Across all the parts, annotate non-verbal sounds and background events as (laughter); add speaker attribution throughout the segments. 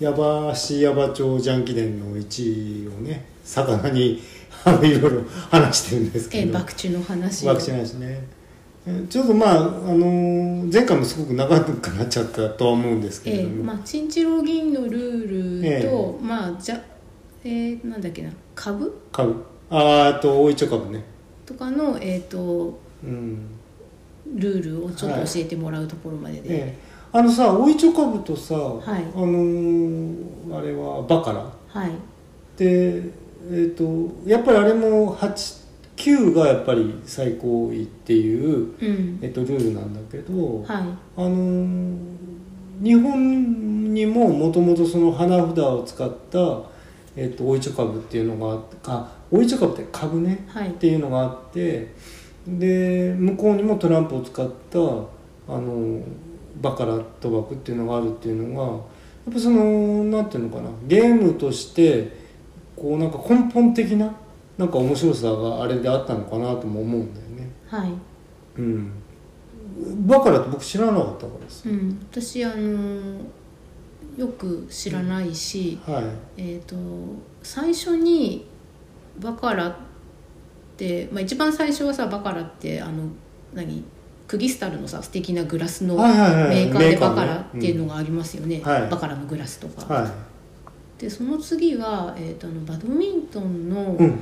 Speaker 1: 矢場市矢場町ジャン記念の1位をね魚に (laughs) あのいろいろ話してるんです
Speaker 2: え
Speaker 1: け
Speaker 2: ー、
Speaker 1: ど
Speaker 2: バクチの話
Speaker 1: ワクチン
Speaker 2: ン
Speaker 1: ないしねえーちょっとまあ、あのー前回もすごく長くなっちゃったとは思うんですけ
Speaker 2: え
Speaker 1: れど
Speaker 2: ー
Speaker 1: も、
Speaker 2: まあチンチロギンのルールと、まあじゃえー、なんだっけな株
Speaker 1: 株あーあと大いちょ株ね
Speaker 2: とかのえっ、と
Speaker 1: うん
Speaker 2: ルールをちょっと教えてもらうところまでで、
Speaker 1: ええあのさ大いちょ株とさ、
Speaker 2: い
Speaker 1: あのーあれはバカラ
Speaker 2: はい
Speaker 1: でえっ、とやっぱりあれも89がやっぱり最高位っていう、
Speaker 2: うん
Speaker 1: えっとルールなんだけど、
Speaker 2: は
Speaker 1: あのー日本にももともとその花札を使った、えっとおいちょ株っていうのがあってあおいちょ株って株ね
Speaker 2: い、はい
Speaker 1: っていうのがあってで向こうにもトランプを使ったあのバカラ賭博っていうのがあるっていうのがやっぱそのなんていうのかなゲームとしてこうなんか根本的ななんか面白さがあれであったのかなとも思うんだよね。
Speaker 2: はい
Speaker 1: うん、バカラって僕知らなかったからです。
Speaker 2: うん、私あのーよく知らないし、
Speaker 1: はい
Speaker 2: えー、と最初にバカラって、まあ、一番最初はさバカラってあの何クギスタルのさ素敵なグラスのメ
Speaker 1: はいはいはい
Speaker 2: ーカー
Speaker 1: メ
Speaker 2: で
Speaker 1: ーカー
Speaker 2: バ
Speaker 1: ね
Speaker 2: カラっていうのがありますよね、
Speaker 1: うんはい
Speaker 2: バカラのグラスとか、
Speaker 1: は
Speaker 2: でその次は、えー、とあのバドミントンの、
Speaker 1: い、うん、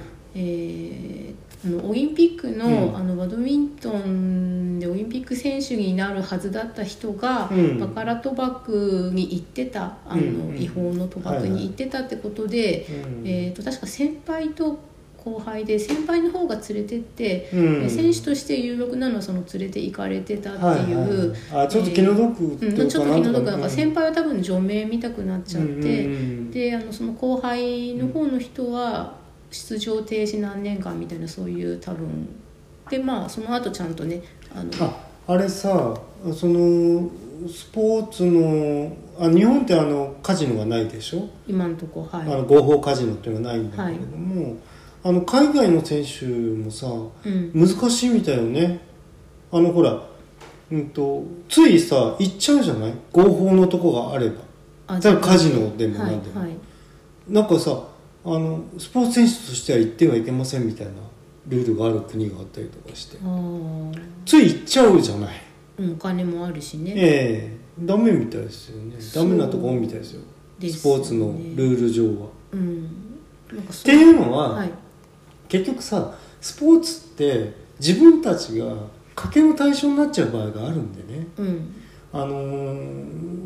Speaker 2: えーあのオリンピックの,、
Speaker 1: うん
Speaker 2: あのバドミントンでオリンピック選手になるはずだった人が、
Speaker 1: うん
Speaker 2: バカラ賭博に行ってたあの、
Speaker 1: うんうん
Speaker 2: 違法の賭博に行ってたってことで、
Speaker 1: うん
Speaker 2: えー、と確か先輩と後輩で先輩の方が連れてって、
Speaker 1: うん
Speaker 2: で選手として有力なのはその連れて行かれてたっていう。
Speaker 1: はいはい、あちょっと気の毒
Speaker 2: う
Speaker 1: とい
Speaker 2: ん、
Speaker 1: う
Speaker 2: ちょ
Speaker 1: か
Speaker 2: っと気の毒
Speaker 1: な
Speaker 2: なんん
Speaker 1: か
Speaker 2: か先輩は多分除名見たくなっちゃって、
Speaker 1: うんうん
Speaker 2: であのその後輩の方の人は出場停止何年間みたいなそういう多分でまあその後ちゃんとねあの
Speaker 1: ああれさそのスポーツのあ日本ってあのカジノがないでしょ、
Speaker 2: 今のとこは
Speaker 1: あ
Speaker 2: い
Speaker 1: の合法カジノっていうのがないんだけれども、あの海外の選手もさ
Speaker 2: うん
Speaker 1: 難しいみたいよねあのほら、うん、とついさ行っちゃうじゃない合法のとこがあれば
Speaker 2: あ
Speaker 1: 例えばカジノでも
Speaker 2: は
Speaker 1: ないんでも、
Speaker 2: はい
Speaker 1: なんかさあのスポーツ選手としては行ってはいけませんみたいなルールがある国があったりとかして
Speaker 2: あー
Speaker 1: つい行っちゃうじゃない
Speaker 2: うんお金もあるしね、
Speaker 1: ええダメみたいですよねダメなとこ多いみたいですよ
Speaker 2: ですね
Speaker 1: スポーツのルール上は。
Speaker 2: うんなんか
Speaker 1: っ
Speaker 2: そ
Speaker 1: ていうのは、
Speaker 2: はい
Speaker 1: 結局さスポーツって自分たちが賭けの対象になっちゃう場合があるんでね、
Speaker 2: うん
Speaker 1: あの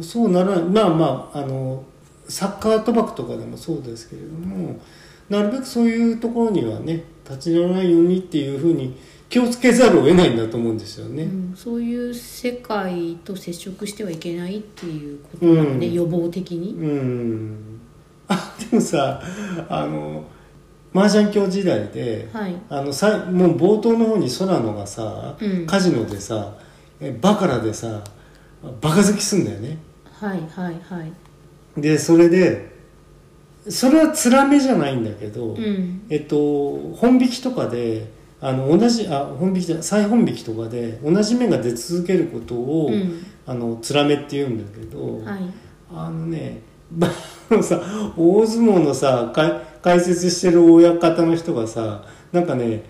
Speaker 1: ーそうならないまあまあ、あのサッカー賭博とかでもそうですけれどもなるべくそういうところにはね立ち寄らないようにっていうふうに気をつけざるを得ないんだと思うんですよね。
Speaker 2: うん、そういう世界と接触してはいけないっていうことなので、
Speaker 1: うん
Speaker 2: 予防的に、
Speaker 1: うんあでもさあの麻雀教時代で、
Speaker 2: はい
Speaker 1: あのさもう冒頭の方に空野がさ、
Speaker 2: うん
Speaker 1: カジノでさえバカラでさバカ好きすんだよね
Speaker 2: はいはいはい
Speaker 1: でそれでそれはつらめじゃないんだけど、
Speaker 2: うん
Speaker 1: えっと本引きとかであの同じあ本引きじゃない再本引きとかで同じ面が出続けることを、
Speaker 2: うん
Speaker 1: あのつらめって言うんだけど、
Speaker 2: はい
Speaker 1: あのね、 (laughs) ばあのさ、大相撲のさ、か解説してる親方の人がさ、なんかね、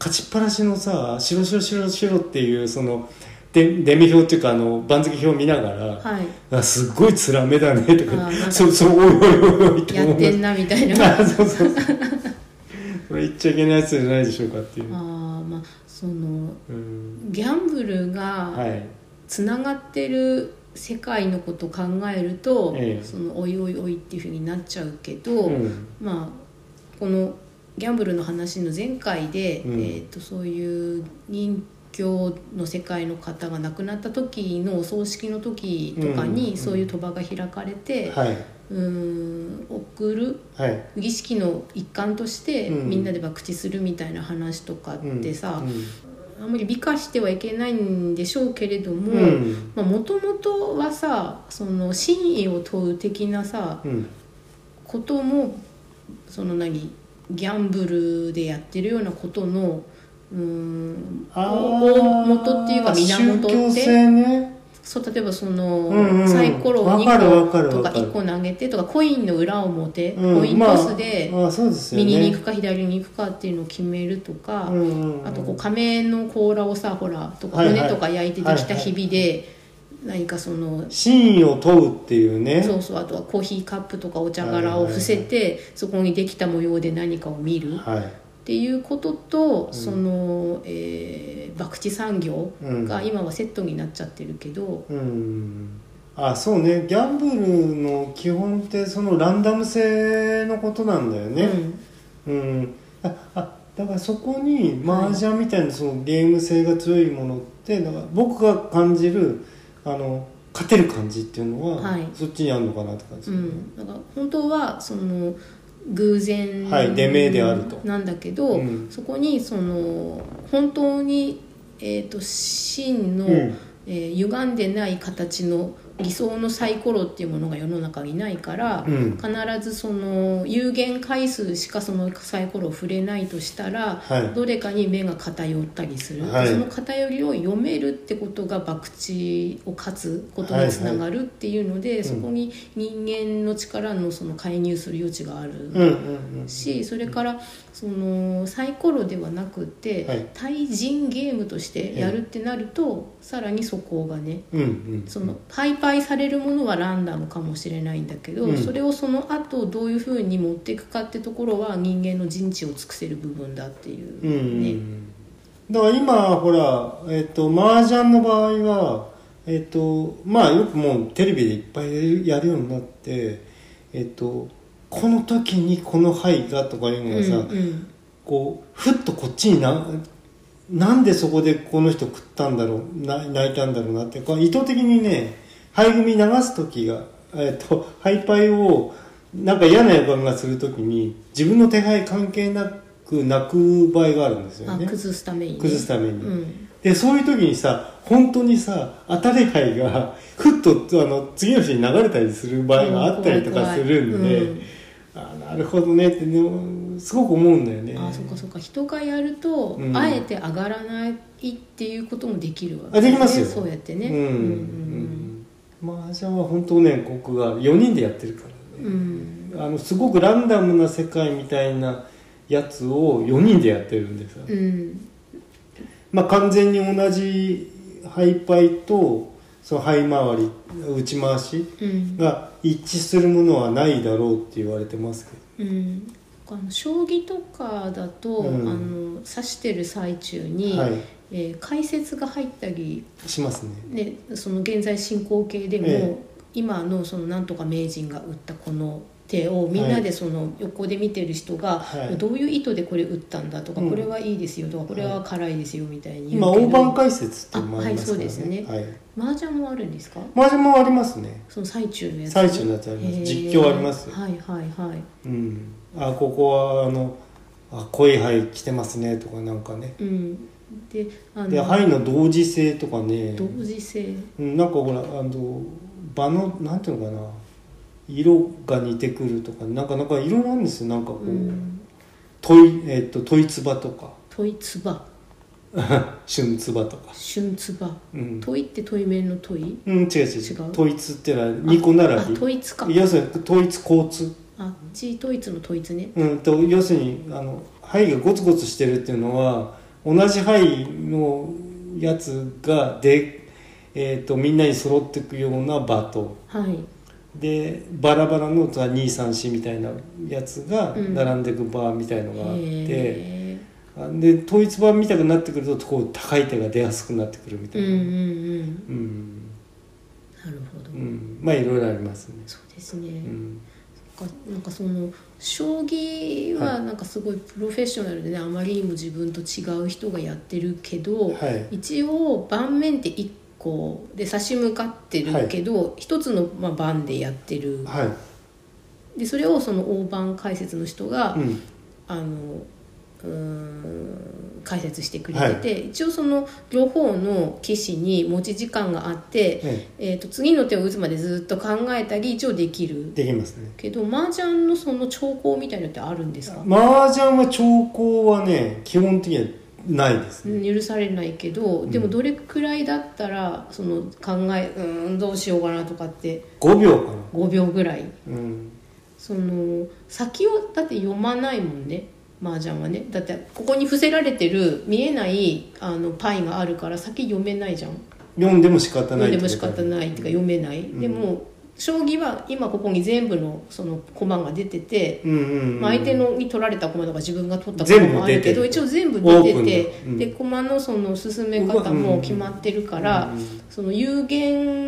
Speaker 1: 勝ちっぱなしのさ、白白白白っていう、その、でデミ表っていうか、あの、番付表を見ながら、 (laughs)
Speaker 2: はい
Speaker 1: あすっごいつらめだね、と
Speaker 2: あ
Speaker 1: か
Speaker 2: ーなん、か
Speaker 1: そう、そう、おいおいおいおいって
Speaker 2: や
Speaker 1: 思
Speaker 2: っ
Speaker 1: う
Speaker 2: てんなみたいな (laughs) あ
Speaker 1: あ、そうそうそう。これ言っちゃいけないやつじゃないでしょうかってい
Speaker 2: ー
Speaker 1: う。
Speaker 2: まあその
Speaker 1: うん。
Speaker 2: ギャンブル
Speaker 1: は
Speaker 2: が
Speaker 1: い。
Speaker 2: つながってる世界のことを考えると、
Speaker 1: ええ
Speaker 2: そのおいおいおいっていうふうになっちゃうけど、
Speaker 1: うん。
Speaker 2: まあこのギャンブルの話の前回で、
Speaker 1: うん
Speaker 2: えー、とそういう任教の世界の方が亡くなった時のお葬式の時とか
Speaker 1: うんうんう
Speaker 2: に
Speaker 1: ん
Speaker 2: そういう賭場が開かれて、
Speaker 1: はい。
Speaker 2: うーん送る
Speaker 1: はい。
Speaker 2: 儀式の一環として
Speaker 1: うん
Speaker 2: みんなで博打するみたいな話とかってさ
Speaker 1: う、ん
Speaker 2: あんまり美化してはいけないんでしょうけれども、
Speaker 1: うん
Speaker 2: まあもともとはさその真意を問う的なさ
Speaker 1: うん。
Speaker 2: こともその何ギャンブルでやってるようなことのうーん
Speaker 1: あー
Speaker 2: 大元っていうか
Speaker 1: 宗
Speaker 2: 源
Speaker 1: 教
Speaker 2: って
Speaker 1: 性ね
Speaker 2: そう例えばその、
Speaker 1: うんうん
Speaker 2: サイコロを
Speaker 1: わかるわ
Speaker 2: 2
Speaker 1: かる
Speaker 2: 個とか
Speaker 1: わかる
Speaker 2: 1個投げてとかコインの裏表、
Speaker 1: うん
Speaker 2: コイントスで
Speaker 1: まあ、あそうですよね
Speaker 2: 右に行くか左に行くかっていうのを決めるとか、
Speaker 1: うんうんうん
Speaker 2: あとこう仮面の甲羅をさほらとか
Speaker 1: はいはい
Speaker 2: 骨とか焼いてできたひびで何かその
Speaker 1: 真意を問うっていうね
Speaker 2: そうそうあとはコーヒーカップとかお茶柄を伏せてそこにできた模様で何かを見るっ
Speaker 1: はい
Speaker 2: ていうことと、その、えー、博打産業
Speaker 1: うん
Speaker 2: が今はセットになっちゃってるけど、
Speaker 1: うんあそうねギャンブルの基本ってそのランダム性のことなんだよねうん、ああだからそこに麻雀みたいなそのゲーム性が強いものってだから僕が感じるあの勝てる感じっていうのは、
Speaker 2: はい
Speaker 1: そっちにあるのかなって感じ、
Speaker 2: うん、うん、だから本当はその偶然
Speaker 1: はい出目であると
Speaker 2: なんだけど、
Speaker 1: うん
Speaker 2: そこにその本当に、えー、と真の、
Speaker 1: うん
Speaker 2: えー歪んでない形の理想のサイコロっていうものが世の中にないから、
Speaker 1: うん
Speaker 2: 必ずその有限回数しかそのサイコロを触れないとしたら、
Speaker 1: はい
Speaker 2: どれかに目が偏ったりする、
Speaker 1: はい
Speaker 2: その偏りを読めるってことが博打を勝つことにつながるっていうので、そこに人間の力のその介入する余地がある
Speaker 1: うんうん
Speaker 2: しそれからそのサイコロではなくて、
Speaker 1: はい
Speaker 2: 対人ゲームとしてやるってなると、さらにそこがね
Speaker 1: うんうんうん
Speaker 2: その配配されるものはランダムかもしれないんだけど、
Speaker 1: うん
Speaker 2: それをその後どういうふうに持っていくかってところは人間の陣地を尽くせる部分だっていう
Speaker 1: うんうん
Speaker 2: ね。
Speaker 1: だから今ほら、えっと麻雀の場合は、えっとまあ、よくもうテレビでいっぱいやるようになって、えっとこの時にこの牌がとかいうのがさ、
Speaker 2: うんうん
Speaker 1: こうふっとこっちにななんでそこでこの人食ったんだろうな泣いたんだろうなってこう意図的にね肺組流す時が、えっとハイパイをなんか嫌な予感がする時に自分の手配関係なく泣く場合があるんですよ
Speaker 2: あ
Speaker 1: ね
Speaker 2: 崩すためにね、
Speaker 1: 崩すために
Speaker 2: うん
Speaker 1: でそういう時にさ本当にさ当たり牌がふっとあの次の日に流れたりする場合があったりとかするんで、
Speaker 2: うん
Speaker 1: あなるほどねってねすごく思うんだよね
Speaker 2: あそっかそっか人がやると、
Speaker 1: うん
Speaker 2: あえて上がらないっていうこともできるわ
Speaker 1: あできますよ
Speaker 2: そうやってね
Speaker 1: うんうん麻雀は本当ね僕が4人でやってるからね
Speaker 2: うんうんうん
Speaker 1: あのすごくランダムな世界みたいなやつを4人でやってるんでさ、
Speaker 2: うん
Speaker 1: まあ、完全に同じハイパイとそのハイ回り打ち回し
Speaker 2: うん
Speaker 1: が一致するものはないだろうって言われてますけど
Speaker 2: うんあの将棋とかだと、
Speaker 1: うん
Speaker 2: あの指してる最中に、
Speaker 1: はい
Speaker 2: えー解説が入ったり、
Speaker 1: しますね
Speaker 2: ね、その現在進行形でも、
Speaker 1: え
Speaker 2: 今のそのなんとか名人が打ったこの手をみんな
Speaker 1: は
Speaker 2: でその横で見てる人が、
Speaker 1: はい
Speaker 2: どういう意図でこれ打ったんだとか、
Speaker 1: うん
Speaker 2: これはいいですよとかこれは辛いですよみたいに言
Speaker 1: 今
Speaker 2: うけど
Speaker 1: 大盤解説っていうのもありますから
Speaker 2: あはいそうです
Speaker 1: ね
Speaker 2: ね
Speaker 1: はい
Speaker 2: 麻雀もあるんですか
Speaker 1: 麻雀もありますね
Speaker 2: その最中のやつ
Speaker 1: 最中のやつあります
Speaker 2: へー
Speaker 1: 実況ありますよ
Speaker 2: はいはいはい
Speaker 1: うん、あここはあのあ濃い灰来てますねとかなんかね
Speaker 2: うんであ
Speaker 1: で
Speaker 2: の
Speaker 1: 灰の同時性とかね
Speaker 2: 同時性
Speaker 1: うんなんかほらあの場のなんていうのかな色が似てくるとかなんかなんかいろいろあるんですよなんかこう、
Speaker 2: うん
Speaker 1: 問いえっと問いつばとか (laughs)
Speaker 2: 問いつば
Speaker 1: 旬つばとか
Speaker 2: 旬つば
Speaker 1: うん、
Speaker 2: 問いって問い面の問い
Speaker 1: うん、違う違う
Speaker 2: 違う
Speaker 1: 問いつってのは二個並
Speaker 2: あ問いつか
Speaker 1: び要するに統一交通、
Speaker 2: あち統一の統一ね
Speaker 1: うん、と要するにあの灰がゴツゴツしてるっていうのは同じ灰のやつがで、えっとみんなに揃っていくような場と
Speaker 2: はい
Speaker 1: でバラバラの234みたいなやつが
Speaker 2: うん
Speaker 1: 並んでいくバーみたいのがあって、
Speaker 2: へ
Speaker 1: あで統一版みたくなってくるとこう高い手が出やすくなってくるみ
Speaker 2: え
Speaker 1: た
Speaker 2: う
Speaker 1: い
Speaker 2: ん
Speaker 1: な、
Speaker 2: うんうん
Speaker 1: うん
Speaker 2: なるほど、
Speaker 1: うんまあいろいろありますね。
Speaker 2: そうですね、
Speaker 1: うん
Speaker 2: なんかなんかその将棋
Speaker 1: は
Speaker 2: はいなんかすごいプロフェッショナルでね、あまりにも自分と違う人がやってるけど、
Speaker 1: はい
Speaker 2: 一応盤面って1個で差し向かってるけど、一つのまあ盤でやってる
Speaker 1: はい
Speaker 2: でそれをその大盤解説の人が、
Speaker 1: うん
Speaker 2: あのうーん解説してくれてて、一応その両方の棋士に持ち時間があって、
Speaker 1: え
Speaker 2: えー、と次の手を打つまでずっと考えたり一応できる
Speaker 1: できますね。
Speaker 2: けど麻雀のその兆候みたいのってあるんですか
Speaker 1: 麻雀は長考はね基本的にはないですね、
Speaker 2: うん許されないけどでもどれくらいだったらその考えうーんどうしようかなとかって
Speaker 1: 5秒かな
Speaker 2: 5秒ぐらい
Speaker 1: うん
Speaker 2: その先をだって読まないもんね麻雀はねだってここに伏せられてる見えないあのパイがあるから先読めないじゃん
Speaker 1: 読んでも仕方な
Speaker 2: 読
Speaker 1: いって
Speaker 2: んで
Speaker 1: こと
Speaker 2: も仕方ないっていうか読めない、
Speaker 1: ん
Speaker 2: でも将棋は今ここに全部のその駒が出てて、
Speaker 1: うんうん、うん、
Speaker 2: まあ、相手のに取られた駒とか自分が取った駒もあるけ
Speaker 1: 全部出て
Speaker 2: ど
Speaker 1: る
Speaker 2: 一応全部出て
Speaker 1: オ
Speaker 2: て
Speaker 1: ー、プンだうん
Speaker 2: で駒のその進め方も決まってるから、
Speaker 1: うんうん
Speaker 2: その有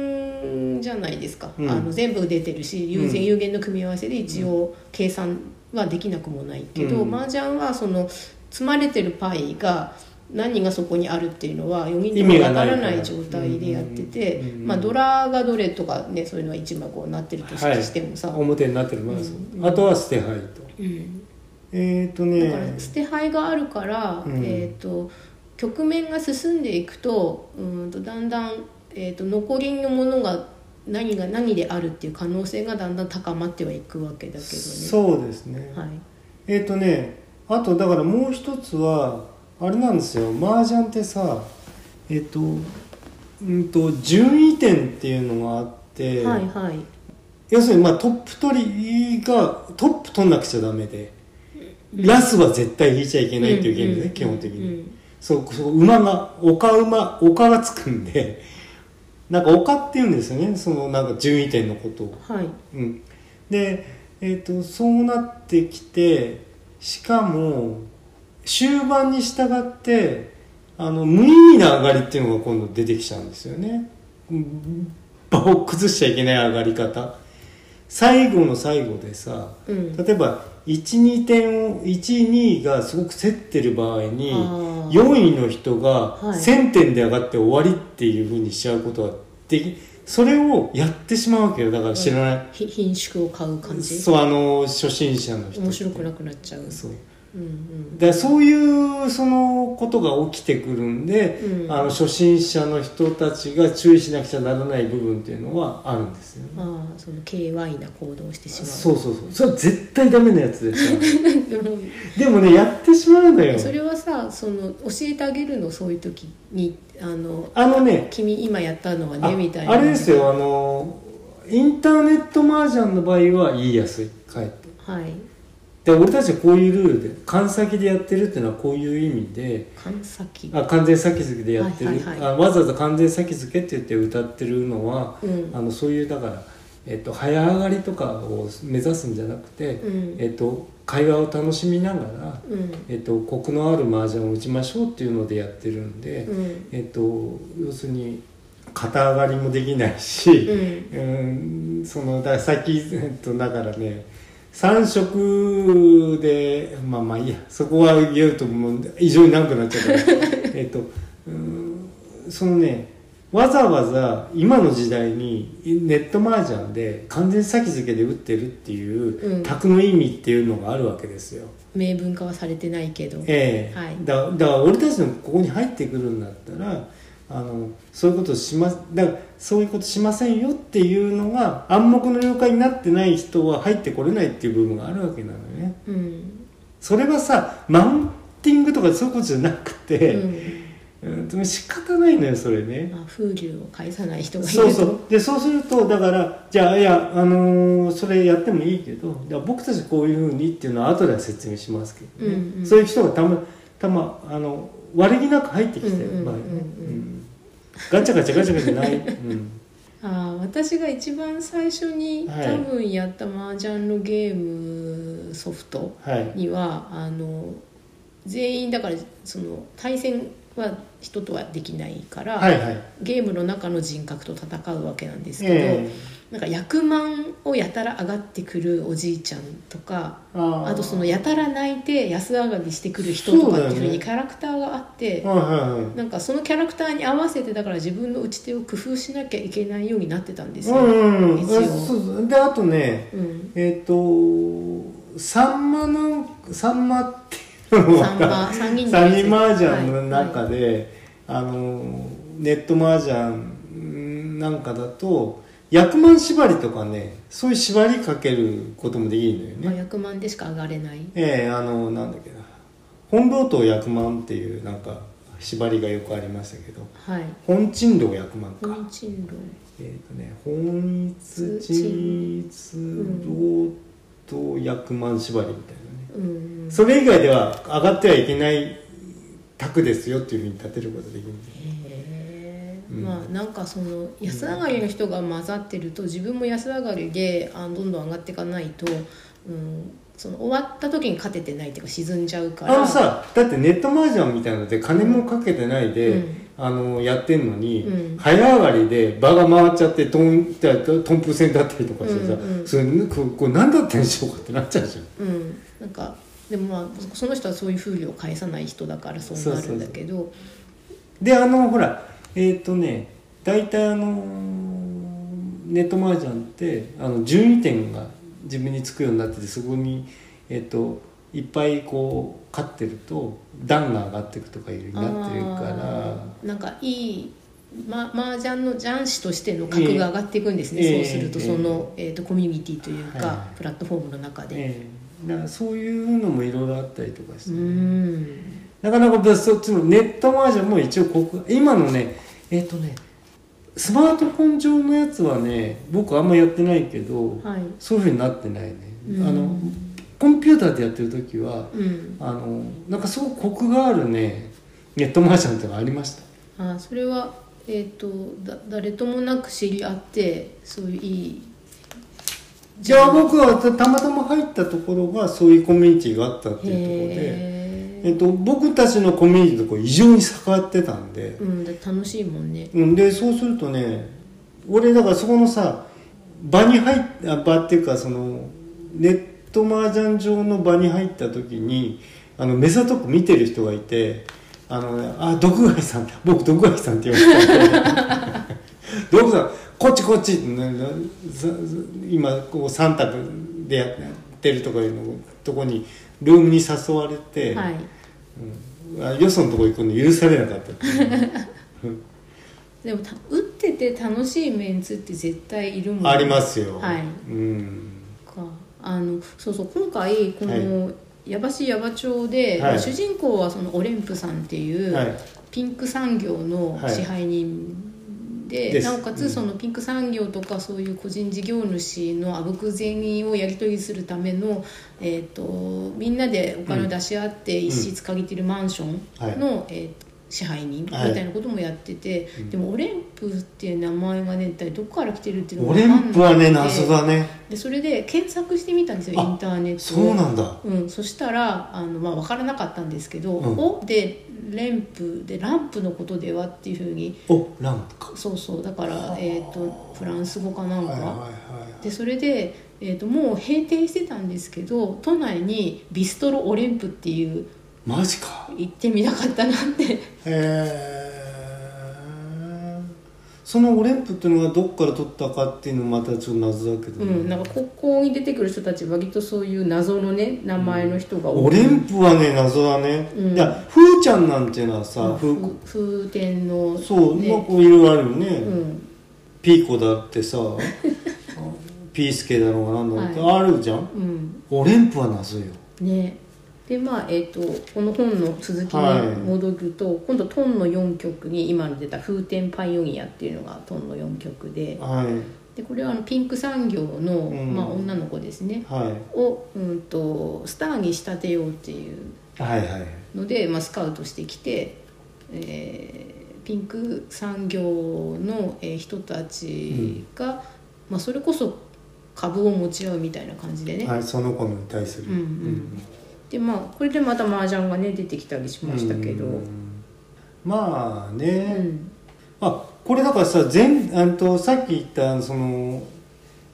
Speaker 2: 限じゃないですか、
Speaker 1: うん
Speaker 2: あの全部出てるし有限,、
Speaker 1: うん
Speaker 2: 有限の組み合わせで一応計算はできなくもないけど、
Speaker 1: うん
Speaker 2: 麻雀はその積まれてるパイが何がそこにあるっていうのは4人で
Speaker 1: 意
Speaker 2: も
Speaker 1: 味が
Speaker 2: わ
Speaker 1: な
Speaker 2: か
Speaker 1: いから
Speaker 2: らない状態でやってて、
Speaker 1: うんうんうん
Speaker 2: まあ、ドラがどれとかねそういうのは一枚こうなってるとし
Speaker 1: はい
Speaker 2: してもさ、
Speaker 1: 表になってるまず、
Speaker 2: うん
Speaker 1: あとは捨て牌と
Speaker 2: うん、
Speaker 1: えっ、ー、と
Speaker 2: だから
Speaker 1: ね
Speaker 2: 捨て牌があるから、
Speaker 1: うん
Speaker 2: えー、と局面が進んでいくとうーんとだんだん、えー、と残りのものが何が何であるっていう可能性がだんだん高まってはいくわけだけどね。
Speaker 1: そうですね、
Speaker 2: はい
Speaker 1: えっ、ー、とねあとだからもう一つはあれなんですよ麻雀ってさえっ、とうんと順位点っていうのがあって、
Speaker 2: はいはい
Speaker 1: 要するにまあトップ取りがトップ取んなくちゃダメで、ラスは絶対引いちゃいけないっていうゲームね、
Speaker 2: うんうん
Speaker 1: 基本的に、
Speaker 2: うん
Speaker 1: そうそう馬が丘馬丘がつくんでなんか丘って言うんですよねそのなんか順位点のことを、
Speaker 2: はい
Speaker 1: うん、で、えっとそうなってきてしかも終盤に従ってあの無意味な上がりっていうのが今度出てきちゃうんですよねうん場を崩しちゃいけない上がり方最後の最後でさ
Speaker 2: うん
Speaker 1: 例えば12点を12がすごく競ってる場合に
Speaker 2: あー
Speaker 1: 4位の人が
Speaker 2: はい
Speaker 1: 1000点で上がって終わりっていうふうにしちゃうことはできそれをやってしまうわけよだから知らない、
Speaker 2: ひ品種を買う感じ
Speaker 1: そうあの初心者の人
Speaker 2: 面白くなくなっちゃう
Speaker 1: そう
Speaker 2: うんうん
Speaker 1: だからそういうそのことが起きてくるんで、
Speaker 2: うん
Speaker 1: あの初心者の人たちが注意しなくちゃならない部分っていうのはあるんですよね、
Speaker 2: ああその KY な行動をしてしまう
Speaker 1: そうそうそうそれは絶対ダメなやつでしょ
Speaker 2: (laughs) でも
Speaker 1: でもねやってしまうのよ
Speaker 2: それはさその教えてあげるのそういう時にあの
Speaker 1: あのね
Speaker 2: 君今やったのは
Speaker 1: あ
Speaker 2: ねみたいな
Speaker 1: あれですよあのインターネット麻雀の場合は言いやすいかえって
Speaker 2: はい
Speaker 1: で俺たちはこういうルールで関先でやってるっていうのはこういう意味で
Speaker 2: 関先
Speaker 1: あ完全先付けでやってる、
Speaker 2: はいはいはい
Speaker 1: あわざわざ完全先付けって言って歌ってるのは、
Speaker 2: うん
Speaker 1: あのそういうだから、えっと、早上がりとかを目指すんじゃなくて、
Speaker 2: うん
Speaker 1: えっと、会話を楽しみながら、
Speaker 2: うん
Speaker 1: えっと、コクのある麻雀を打ちましょうっていうのでやってるんで、
Speaker 2: うん
Speaker 1: えっと、要するに肩上がりもできないし、
Speaker 2: うん
Speaker 1: うんそのだ先、えっと、だからね3色でまあまあいいやそこは言うともう異常に長くなっちゃ
Speaker 2: (laughs)
Speaker 1: うからえっとうんそのねわざわざ今の時代にネット麻雀で完全先付けで打ってるっていう
Speaker 2: うん
Speaker 1: 卓の意味っていうのがあるわけですよ。
Speaker 2: 明文化はされてないけど
Speaker 1: ええ
Speaker 2: はい
Speaker 1: だだから俺たちのここに入ってくるんだったらあのそういうことしまだからそういうことしませんよっていうのが暗黙の了解になってない人は入ってこれないっていう部分があるわけなのね
Speaker 2: うん
Speaker 1: それはさマウンティングとかそういうことじゃなく
Speaker 2: う
Speaker 1: て、
Speaker 2: ん
Speaker 1: うん、でも仕方ないのよそれね
Speaker 2: まあ風流を返さない人がいる
Speaker 1: そ
Speaker 2: と
Speaker 1: うそう (laughs) でそうするとだからじゃあいや、あのーそれやってもいいけどだから僕たちこういうふうにっていうのは後では説明しますけど、ね
Speaker 2: うんうん
Speaker 1: そういう人がたまたまあの悪気なく入ってきてる場合ね、
Speaker 2: うんうんうんうん
Speaker 1: うんガチャガチャガチャガチャない、うん、
Speaker 2: ああ私が一番最初に
Speaker 1: はい
Speaker 2: 多分やった麻雀のゲームソフト、
Speaker 1: はい
Speaker 2: にはあの全員だからその対戦は人とはできないから、
Speaker 1: はいはい
Speaker 2: ゲームの中の人格と戦うわけなんですけど、
Speaker 1: え
Speaker 2: なんか役満をやたら上がってくるおじいちゃんとか
Speaker 1: えあ
Speaker 2: あとその
Speaker 1: や
Speaker 2: やたら泣いて安上がりしてくる人とかってい
Speaker 1: そう
Speaker 2: うふ
Speaker 1: うだよね
Speaker 2: にキャラクターがあって、
Speaker 1: はいはいはい
Speaker 2: なんかそのキャラクターに合わせてだから自分の打ち手を工夫しなきゃいけないようになってたんです
Speaker 1: う
Speaker 2: よ。
Speaker 1: んうん
Speaker 2: 一応
Speaker 1: あそうそうであとね
Speaker 2: うん
Speaker 1: えっ、とサンマのサンマっていうのが
Speaker 2: 三
Speaker 1: (laughs)
Speaker 2: 番三人
Speaker 1: サニーマージャンの中で、あのネットマージャンなんかだと役満縛りとかねそういう縛りかけることもできるのよ
Speaker 2: はいはいまあ
Speaker 1: ね、
Speaker 2: 役満でしか上がれない
Speaker 1: ええあのなんだっけな本領島役満っていうなんか縛りがよくありましたけど
Speaker 2: はい
Speaker 1: 本珍道役満か
Speaker 2: 本珍道
Speaker 1: えっ、とね本津地津道と役満縛りみたいなね、
Speaker 2: うん
Speaker 1: それ以外では上がってはいけない卓ですよっていうふうに立てることできるんですね
Speaker 2: へえ
Speaker 1: うん
Speaker 2: まあなんかその安上がりの人が混ざってると自分も安上がりであどんどん上がっていかないと、うん、その終わった時に勝ててないっていうか沈んじゃうから
Speaker 1: あのさだってネットマージャンみたいので金もかけてないで、
Speaker 2: うん
Speaker 1: あのやってんのに、
Speaker 2: うん
Speaker 1: 早上がりで場が回っちゃってトントンプ戦だったりとかしてさ、
Speaker 2: うんうん
Speaker 1: それここれ何だったんでしょうかってなっちゃうじゃん
Speaker 2: うん、なんかでもまあその人はそういう風量を返さない人だからそうなるんだけど
Speaker 1: であのほらえっ、とね大体あのネットマージャンってあの順位点が自分につくようになっててそこに、えー、といっぱいこう勝ってると段が上がっていくとかいうようになってるから。
Speaker 2: あーなんかいいマージャンの雀士としての格が上がっていくんですね、
Speaker 1: ええ
Speaker 2: そうすると
Speaker 1: ええ
Speaker 2: その、えーとコミュニティというか、
Speaker 1: は
Speaker 2: プラットフォームの中で、
Speaker 1: ええだからそういうのもいろいろあったりとかして、
Speaker 2: うーん
Speaker 1: なかなか私そっちのネットマージャンも一応ここ今のねえっ、とねスマートフォン上のやつはね僕あんまやってないけど、
Speaker 2: はい
Speaker 1: そういうふうになってないね、
Speaker 2: うん
Speaker 1: あのコンピューターでやってる時は
Speaker 2: うん
Speaker 1: あのなんかすごくコクがあるねネットマージャンってのがありました
Speaker 2: あーそれはえっ、とだ誰ともなく知り合ってそういういい
Speaker 1: じゃあ僕はたたまたま入ったところがそういうコミュニティがあったっていうところで、
Speaker 2: へ
Speaker 1: えっと、僕たちのコミュニティのとこ異常に栄ってたんで、
Speaker 2: え、うん、だ楽しいもんね
Speaker 1: うん、でそうするとね俺だからそこのさ場に入っあ場っていうかそのネットマージャン上の場に入った時にあの目ざとく見てる人がいて「あのね、あ毒貝さん僕毒貝さん」って言われ
Speaker 2: (laughs)
Speaker 1: て「毒さんこっちこっち」ななざざ今こう3択でやってるとこいうのとこにルームに誘われて。
Speaker 2: はい
Speaker 1: うんあよそのとこ行くの許されなかったっていううん
Speaker 2: でもた打ってて楽しいメンツって絶対いるもん
Speaker 1: ありますよ。
Speaker 2: はい
Speaker 1: うん。
Speaker 2: かあのそうそう今回この矢橋矢場町で、
Speaker 1: はい
Speaker 2: 主人公はそのオレンプさんっていう、
Speaker 1: はい
Speaker 2: ピンク産業の支配人で、
Speaker 1: です
Speaker 2: なおか
Speaker 1: う
Speaker 2: つ
Speaker 1: ん
Speaker 2: そのピンク産業とかそういう個人事業主のあぶく銭をやり取りするための、えー、とみんなでお金を出し合って一室借りてるマンションの、えーと支配人みたいなこともやってて、
Speaker 1: いうん
Speaker 2: でもオレンプっていう名前がね一体どこから来てるっていうの
Speaker 1: オ
Speaker 2: が分
Speaker 1: レ
Speaker 2: かんな
Speaker 1: ン
Speaker 2: くて
Speaker 1: プはね謎だね。
Speaker 2: でそれで検索してみたんですよ
Speaker 1: あ
Speaker 2: インターネット
Speaker 1: そうなんだ。
Speaker 2: うん、そしたらあの、まあ、分からなかったんですけど「
Speaker 1: うん
Speaker 2: お」で「レンプ」で「ランプのことでは」っていうふうに
Speaker 1: おランプか。
Speaker 2: そうそうだから、えー、とフランス語かなん
Speaker 1: はいはい
Speaker 2: か。
Speaker 1: はい。
Speaker 2: でそれで、えー、ともう閉店してたんですけど都内にビストロオレンプっていう
Speaker 1: マジか。
Speaker 2: 行ってみたかったなって
Speaker 1: へえ。そのオレンプっていうのがどっから取ったかっていうのもまたちょっと謎だけど
Speaker 2: う
Speaker 1: ね、
Speaker 2: ん、なんかここに出てくる人たち割とそういう謎のね名前の人が
Speaker 1: オ
Speaker 2: 多
Speaker 1: レ
Speaker 2: い、
Speaker 1: ンプはね謎だね。
Speaker 2: うん
Speaker 1: いやふーちゃんなんていうのはさ、
Speaker 2: うん
Speaker 1: ふ
Speaker 2: ふ風天の、
Speaker 1: そう、
Speaker 2: ね
Speaker 1: なんかいろいろあるよね。
Speaker 2: うん、
Speaker 1: ピーコだって
Speaker 2: (laughs)
Speaker 1: さ、ピースケだろうがなんだろうって、あるじゃん。
Speaker 2: うん、
Speaker 1: オレンプは謎よ。
Speaker 2: ねでまあえっとこの本の続き
Speaker 1: はい
Speaker 2: に戻ると、今度トンの4曲に今の出た「風天パイオニア」っていうのがトンの4曲で
Speaker 1: はい
Speaker 2: でこれはあのピンク産業の、
Speaker 1: うん
Speaker 2: まあ、女の子ですね
Speaker 1: はい。
Speaker 2: を、うん、とスターに仕立てようっていう
Speaker 1: はいはい
Speaker 2: ので、まあ、スカウトしてきて、えーピンク産業の、えー人たちが、まあ、それこそ株を持ち合うみたいな感じでね、
Speaker 1: はいその子に対する、
Speaker 2: うんうんでまあこれでまた麻雀がね出てきたりしましたけど、
Speaker 1: う
Speaker 2: うん
Speaker 1: んまあね、あこれだからさ前あんとさっき言ったその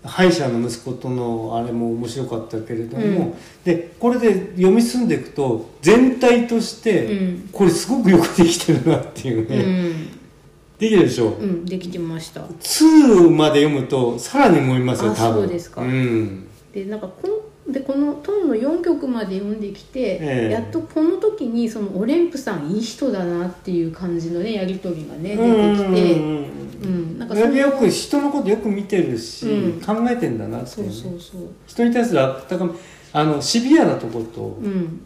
Speaker 1: 歯医者の息子とのあれも面白かったけれども、
Speaker 2: うん
Speaker 1: でこれで読み進んでいくと全体とし
Speaker 2: う
Speaker 1: て
Speaker 2: ん
Speaker 1: これすごくよくできてるなっていう
Speaker 2: う
Speaker 1: ね、
Speaker 2: ん
Speaker 1: できるでしょ、
Speaker 2: うん、できてました
Speaker 1: 2まで読むとさらに思いますよ
Speaker 2: あ
Speaker 1: 多分
Speaker 2: そうですか
Speaker 1: ん
Speaker 2: でなんかこんでこのトンの4曲まで読んできて、
Speaker 1: ええ
Speaker 2: やっとこの時にそのオレンプさんいい人だなっていう感じのねやり取りがね出てきて、
Speaker 1: う
Speaker 2: うん
Speaker 1: ん
Speaker 2: なんかその
Speaker 1: よく人のことよく見てるし、
Speaker 2: うん
Speaker 1: 考えてんだなってい
Speaker 2: そうう
Speaker 1: ね
Speaker 2: そうそう
Speaker 1: 人に対する温かみあのシビアなとこと、
Speaker 2: うん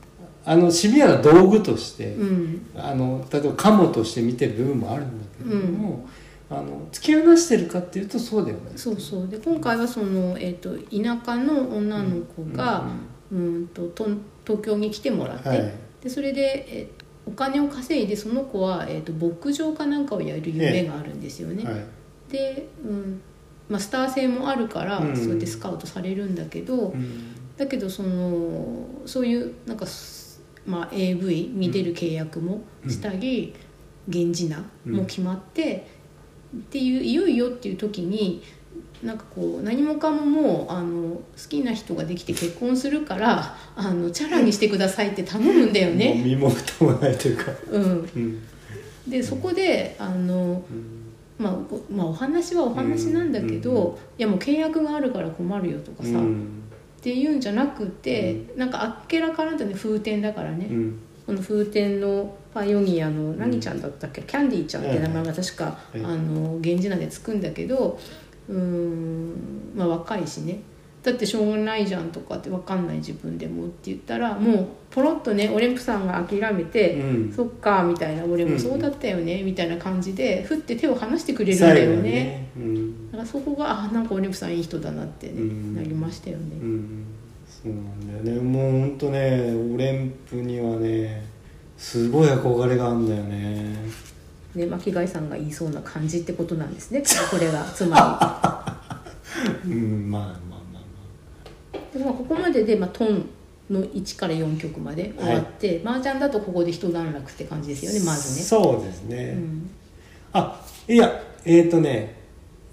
Speaker 1: あのシビアな道具として、
Speaker 2: うん
Speaker 1: あの例えばカモとして見てる部分もあるんだけれども、あの突き放してるかっていうとそうだよね。
Speaker 2: そうそうで今回はその、えー、と田舎の女の子が、うんとと東京に来てもらって、
Speaker 1: はい
Speaker 2: でそれで、えーお金を稼いでその子は、えー、と牧場かなんかをやる夢があるんですよね。
Speaker 1: はい
Speaker 2: で、うんまあ、スター性もあるから、
Speaker 1: うん
Speaker 2: そうやってスカウトされるんだけど、
Speaker 1: うん
Speaker 2: だけどそのそういうなんか、すまあ、AV に出る契約もしたり、源氏名も決まって、っていういよいよっていう時になんかこう何もかももうあの好きな人ができて結婚するからあのチャラにしてくださいって頼むんだよ
Speaker 1: もう
Speaker 2: ね。
Speaker 1: 身も蓋もないというか、
Speaker 2: うん、
Speaker 1: うん
Speaker 2: でそこであの
Speaker 1: うん
Speaker 2: まあ、ごまあお話はお話なんだけど、
Speaker 1: うんうん
Speaker 2: いやもう契約があるから困るよとかさ、
Speaker 1: う
Speaker 2: っ
Speaker 1: ん
Speaker 2: ていうんじゃなくて、なんかあっけらかんとね風天だからね、
Speaker 1: うん
Speaker 2: この風天のパイオニアの何ちゃんだったっけ、キャンディーちゃんって名前が確か、
Speaker 1: ええ
Speaker 2: あの源氏名でつくんだけどうーんまあ若いしねだってしょうがないじゃんとかって分かんない自分でもって言ったらもうポロッとねオレンプさんが諦めて、
Speaker 1: うん
Speaker 2: そっかみたいな俺もそうだったよね、みたいな感じでふって手を離してくれるんだよね
Speaker 1: 最後はうん
Speaker 2: だからそこがあなんかオリンプさんいい人だなって、ね
Speaker 1: うん
Speaker 2: なりましたよ
Speaker 1: う
Speaker 2: ね、
Speaker 1: ん、そうなんだよねもうほんとねオレンプにはねすごい憧れがあるんだよね
Speaker 2: で巻貝さんが言いそうな感じってことなんですね (laughs) これがつま
Speaker 1: うんまあまあまあま
Speaker 2: りで、まあ、ここまでで、まあ、トンの1から4曲まで終わって、麻雀だとここで一段落って感じですよね
Speaker 1: あ
Speaker 2: まずね
Speaker 1: そうですね、
Speaker 2: うん
Speaker 1: あいやえっ、ー、とね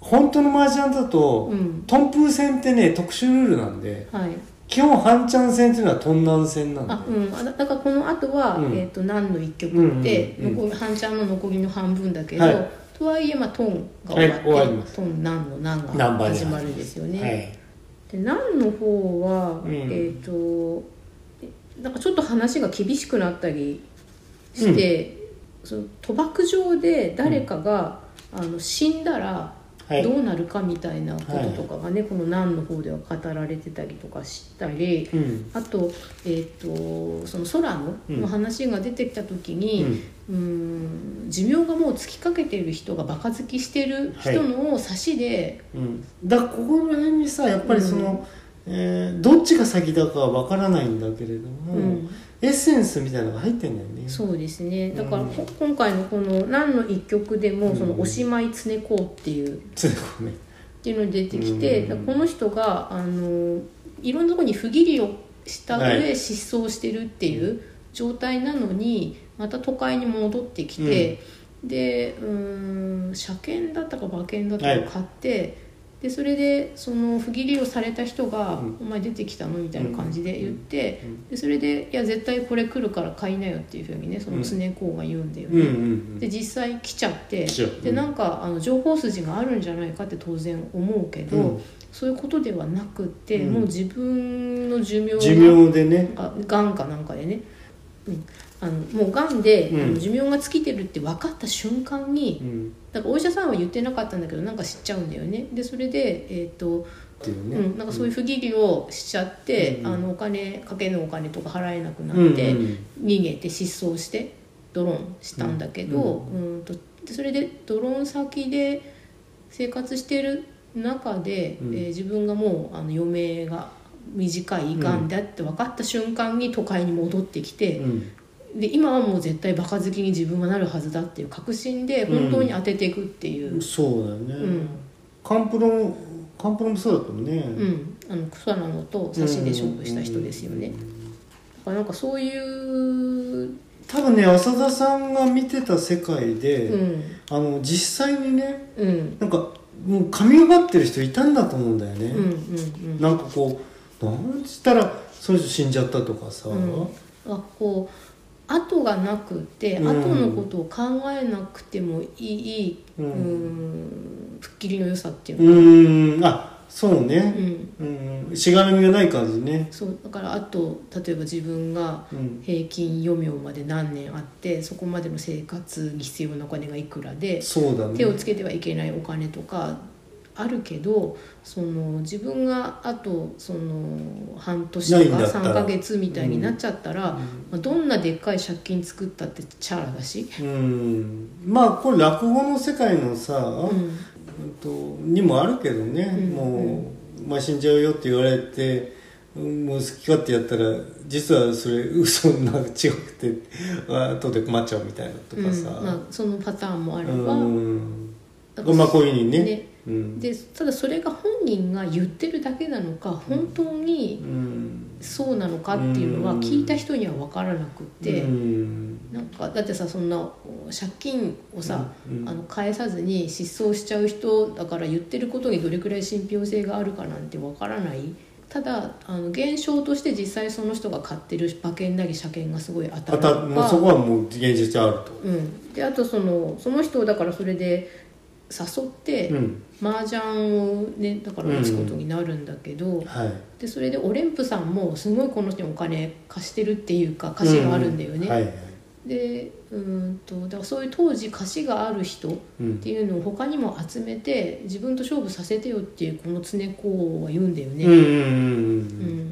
Speaker 1: 本当の麻雀だと、
Speaker 2: うん
Speaker 1: トンプー戦ってね特殊ルールなんで
Speaker 2: はい
Speaker 1: 基本半チャン戦っていうのはトンナン戦なんで
Speaker 2: あうん、あだだからこの後は、
Speaker 1: うん
Speaker 2: えっ、と何の一曲って、
Speaker 1: うんうんうん
Speaker 2: 残り半チャンの残りの半分だけど、
Speaker 1: はい
Speaker 2: とはいえまあトンが終わって、
Speaker 1: はい終わります
Speaker 2: トン何の何
Speaker 1: ナ
Speaker 2: が
Speaker 1: ンバーで
Speaker 2: 始まるんですよね。
Speaker 1: はい
Speaker 2: で何の方は、
Speaker 1: うん
Speaker 2: えっ、とえなんかちょっと話が厳しくなったりして、その賭博場で誰かが、あの死んだら
Speaker 1: はい
Speaker 2: どうなるかみたいなこととかがね、この何の方では語られてたりとかしたり。
Speaker 1: うん
Speaker 2: あと,、えー、とその空の
Speaker 1: うん
Speaker 2: の話が出てきた時に、
Speaker 1: うん
Speaker 2: うーん寿命がもう尽きかけている人がバカ好きしてる人の差しで、
Speaker 1: うん、だからここら辺にさやっぱりその、えーどっちが先だかは分からないんだけれども、
Speaker 2: うん
Speaker 1: エッセンスみたいなのが入ってんだよね
Speaker 2: そうですねだから、
Speaker 1: うん
Speaker 2: こ今回のこの「何の一曲」でも「そのおしまい常こう」っていう
Speaker 1: つうごめん
Speaker 2: っていうの出てきて、
Speaker 1: うん
Speaker 2: だからこの人があのいろんなとこに不義理をした上
Speaker 1: は
Speaker 2: で失踪してるっていう状態なのにまた都会に戻ってきて、でうーん車検だったか馬券だったか買って、でそれでその不義理をされた人が「
Speaker 1: うん
Speaker 2: お前出てきたの?」みたいな感じで言って、
Speaker 1: うんうん
Speaker 2: でそれで「いや絶対これ来るから買いなよ」っていうふうにねその
Speaker 1: うん
Speaker 2: 常公が言うんだよね。
Speaker 1: うんうん
Speaker 2: で実際来ちゃって
Speaker 1: 来ちゃう
Speaker 2: で
Speaker 1: うん
Speaker 2: なんかあの情報筋があるんじゃないかって当然思うけど、
Speaker 1: うん
Speaker 2: そういうことではなくて、
Speaker 1: うん
Speaker 2: もう自分の寿命
Speaker 1: うん
Speaker 2: が
Speaker 1: 寿命でね
Speaker 2: あがんかなんかでね、うん、あのもうがんで、
Speaker 1: うん
Speaker 2: あの寿命が尽きてるって分かった瞬間に
Speaker 1: うん
Speaker 2: なんかお医者さんは言ってなかったんだけどなんか知っちゃうんだよね。でそれで、えーと
Speaker 1: っていうね、
Speaker 2: うん、なんかそういう不義理をしちゃって、
Speaker 1: うん
Speaker 2: あのお金かけのお金とか払えなくな
Speaker 1: うんう
Speaker 2: っ
Speaker 1: ん
Speaker 2: て。逃げて失踪してドローンしたんだけど、うん、とでそれでドローン先で生活してる中で、
Speaker 1: うん
Speaker 2: えー自分がもうあの余命が短いがんだって分かった瞬間に都会に戻ってきて、
Speaker 1: うん
Speaker 2: で今はもう絶対バカ好きに自分はなるはずだっていう確信で本当に当てていくっていう、
Speaker 1: そうだよね、
Speaker 2: うん
Speaker 1: カンプロもカンプロもそうだったもんね、
Speaker 2: うんあの草なのと差しで勝負した人ですよね。だからなんかそういう、
Speaker 1: 多分ね浅田さんが見てた世界で、
Speaker 2: うん
Speaker 1: あの実際にね
Speaker 2: うん
Speaker 1: なんかもう神がかってる人いたんだと思うんだよね、
Speaker 2: うんうんうん、
Speaker 1: なんかこうなんしたらその人死んじゃったとかさ、
Speaker 2: うんがこう後がなくて、
Speaker 1: うん
Speaker 2: 後のことを考えなくてもいい、
Speaker 1: う
Speaker 2: うんーん、吹っ切りの良さっていう
Speaker 1: うー
Speaker 2: の、
Speaker 1: んあそう
Speaker 2: う
Speaker 1: ね、
Speaker 2: ん、
Speaker 1: うんしがらみがない感じね、
Speaker 2: そうだからあと例えば自分が
Speaker 1: うん、
Speaker 2: 平均余命まで何年あってそこまでの生活に必要なお金がいくらで
Speaker 1: そうだね
Speaker 2: 手をつけてはいけないお金とかあるけどその自分があとその半
Speaker 1: ない
Speaker 2: 年
Speaker 1: ん
Speaker 2: とか
Speaker 1: だったら
Speaker 2: 3ヶ月みたいになっちゃったら、
Speaker 1: うん
Speaker 2: まあどんなでっかい借金作ったってチャラだし、
Speaker 1: うんまあこれ落語の世界のさ、
Speaker 2: う
Speaker 1: う
Speaker 2: ん
Speaker 1: んとにもあるけどね、
Speaker 2: うん
Speaker 1: もう、まあ、死んじゃうよって言われてうんもう好き勝手やったら実はそれ嘘な違くて (laughs) あ後で困っちゃうみたいなとかさ、
Speaker 2: うんまあ、そのパターンもあれば、
Speaker 1: うん
Speaker 2: だから
Speaker 1: まあこういうふうにね
Speaker 2: ね
Speaker 1: うん
Speaker 2: でただそれが本人が言ってるだけなのか本当
Speaker 1: う
Speaker 2: に
Speaker 1: ん
Speaker 2: そうなのかっていうのは
Speaker 1: うん
Speaker 2: 聞いた人には分からなくって、
Speaker 1: うん
Speaker 2: なんかだってさそんな借金をさ、
Speaker 1: うん
Speaker 2: あの返さずに失踪しちゃう人だから言ってることにどれくらい信憑性があるかなんて分からない。ただあの現象として実際その人が買ってる馬券なり車券がすごい当た
Speaker 1: あ
Speaker 2: ると
Speaker 1: た
Speaker 2: か
Speaker 1: もうそこはもう現実あると、
Speaker 2: うん、であとそのその人をだからそれで誘って、
Speaker 1: うん
Speaker 2: 麻雀をねだから打つことになるんだけど、
Speaker 1: はい、
Speaker 2: でそれでおれんぷさんもすごいこの人にお金貸してるっていうか貸しがあるんだよね、
Speaker 1: うはいはい
Speaker 2: でうーんとだからそういう当時貸しがある人っ
Speaker 1: うん
Speaker 2: ていうのを他にも集めて自分と勝負させてよっていうこの常子は言うんだよね、
Speaker 1: うんうんうんうん
Speaker 2: う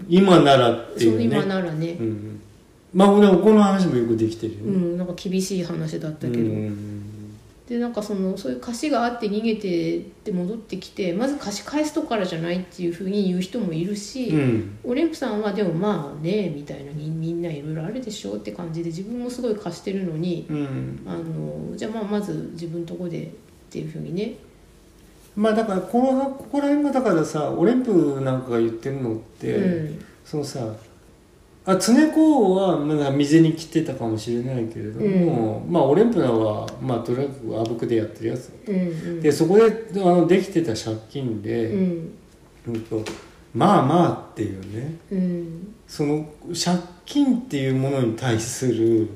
Speaker 2: ん
Speaker 1: 今ならって
Speaker 2: そ
Speaker 1: いう
Speaker 2: の
Speaker 1: ね
Speaker 2: 今ならね
Speaker 1: う、んうん、まあ俺はこの話もよくできてるよ
Speaker 2: う
Speaker 1: ね、
Speaker 2: ん、なんか厳しい話だったけ
Speaker 1: う
Speaker 2: ど、
Speaker 1: ん
Speaker 2: でなんかそのそういう貸しがあって逃げてで戻ってきてまず貸し返すとこからじゃないっていうふうに言う人もいるし、
Speaker 1: うん
Speaker 2: オレンプさんはでもまあねみたいなみみんないろいろあるでしょって感じで自分もすごい貸してるのに
Speaker 1: うん、
Speaker 2: あのじゃあまあまず自分とこでっていうふうにね
Speaker 1: まあだからこのここら辺がだからさオレンプなんかが言ってるのって、
Speaker 2: うん
Speaker 1: そのさあ常子はまだ水に来てたかもしれないけれども、まあオレンプナは、まあ、とにかくあぶくでやってるやつ、
Speaker 2: うんうん
Speaker 1: でそこであのできてた借金
Speaker 2: う
Speaker 1: で、
Speaker 2: ん
Speaker 1: うんとまあまあっていうね
Speaker 2: うん
Speaker 1: その借金っていうものに対する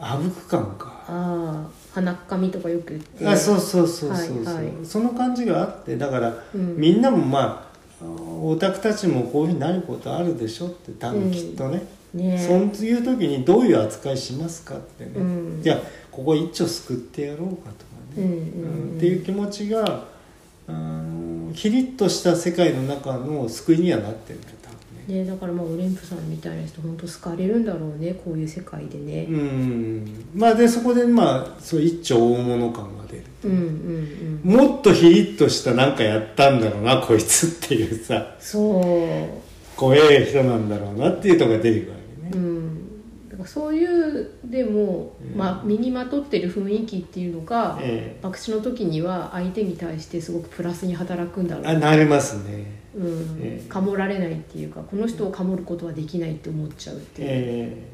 Speaker 1: あぶく感か、
Speaker 2: ああ鼻っかみとかよく言って
Speaker 1: あそうそうそうそうそう、
Speaker 2: はいはい
Speaker 1: その感じがあってだから、
Speaker 2: うん
Speaker 1: みんなもまあオタクたちもこういうふうになることあるでしょって多
Speaker 2: う
Speaker 1: 分
Speaker 2: ん
Speaker 1: きっとね、
Speaker 2: ね
Speaker 1: そういう時にどういう扱いしますかってね、
Speaker 2: うん
Speaker 1: じゃあここ一丁救ってやろうかとか
Speaker 2: う
Speaker 1: ね、
Speaker 2: んう
Speaker 1: う
Speaker 2: んうん
Speaker 1: っ
Speaker 2: ん
Speaker 1: ていう気持ちがあのキリッとした世界の中の救いにはなってるんだよ多分ね。
Speaker 2: ねだからまあオレンプさんみたいな人本当好かれるんだろうねこういう世界でね
Speaker 1: うんまあでそこでまあそう一丁大物感が出る。
Speaker 2: うんうんうん
Speaker 1: もっとヒリッとしたなんかやったんだろうなこいつっていうさ
Speaker 2: そう
Speaker 1: 怖え人なんだろうなっていうとこが出てくるわけね
Speaker 2: うん、だからそういうでも、
Speaker 1: うん
Speaker 2: まあ、身にまとってる雰囲気っていうのが、
Speaker 1: え
Speaker 2: 博打の時には相手に対してすごくプラスに働くんだろう、
Speaker 1: あなれますね
Speaker 2: うん
Speaker 1: ええ
Speaker 2: かもられないっていうかこの人をかもることはできないって思っちゃうっていう、
Speaker 1: え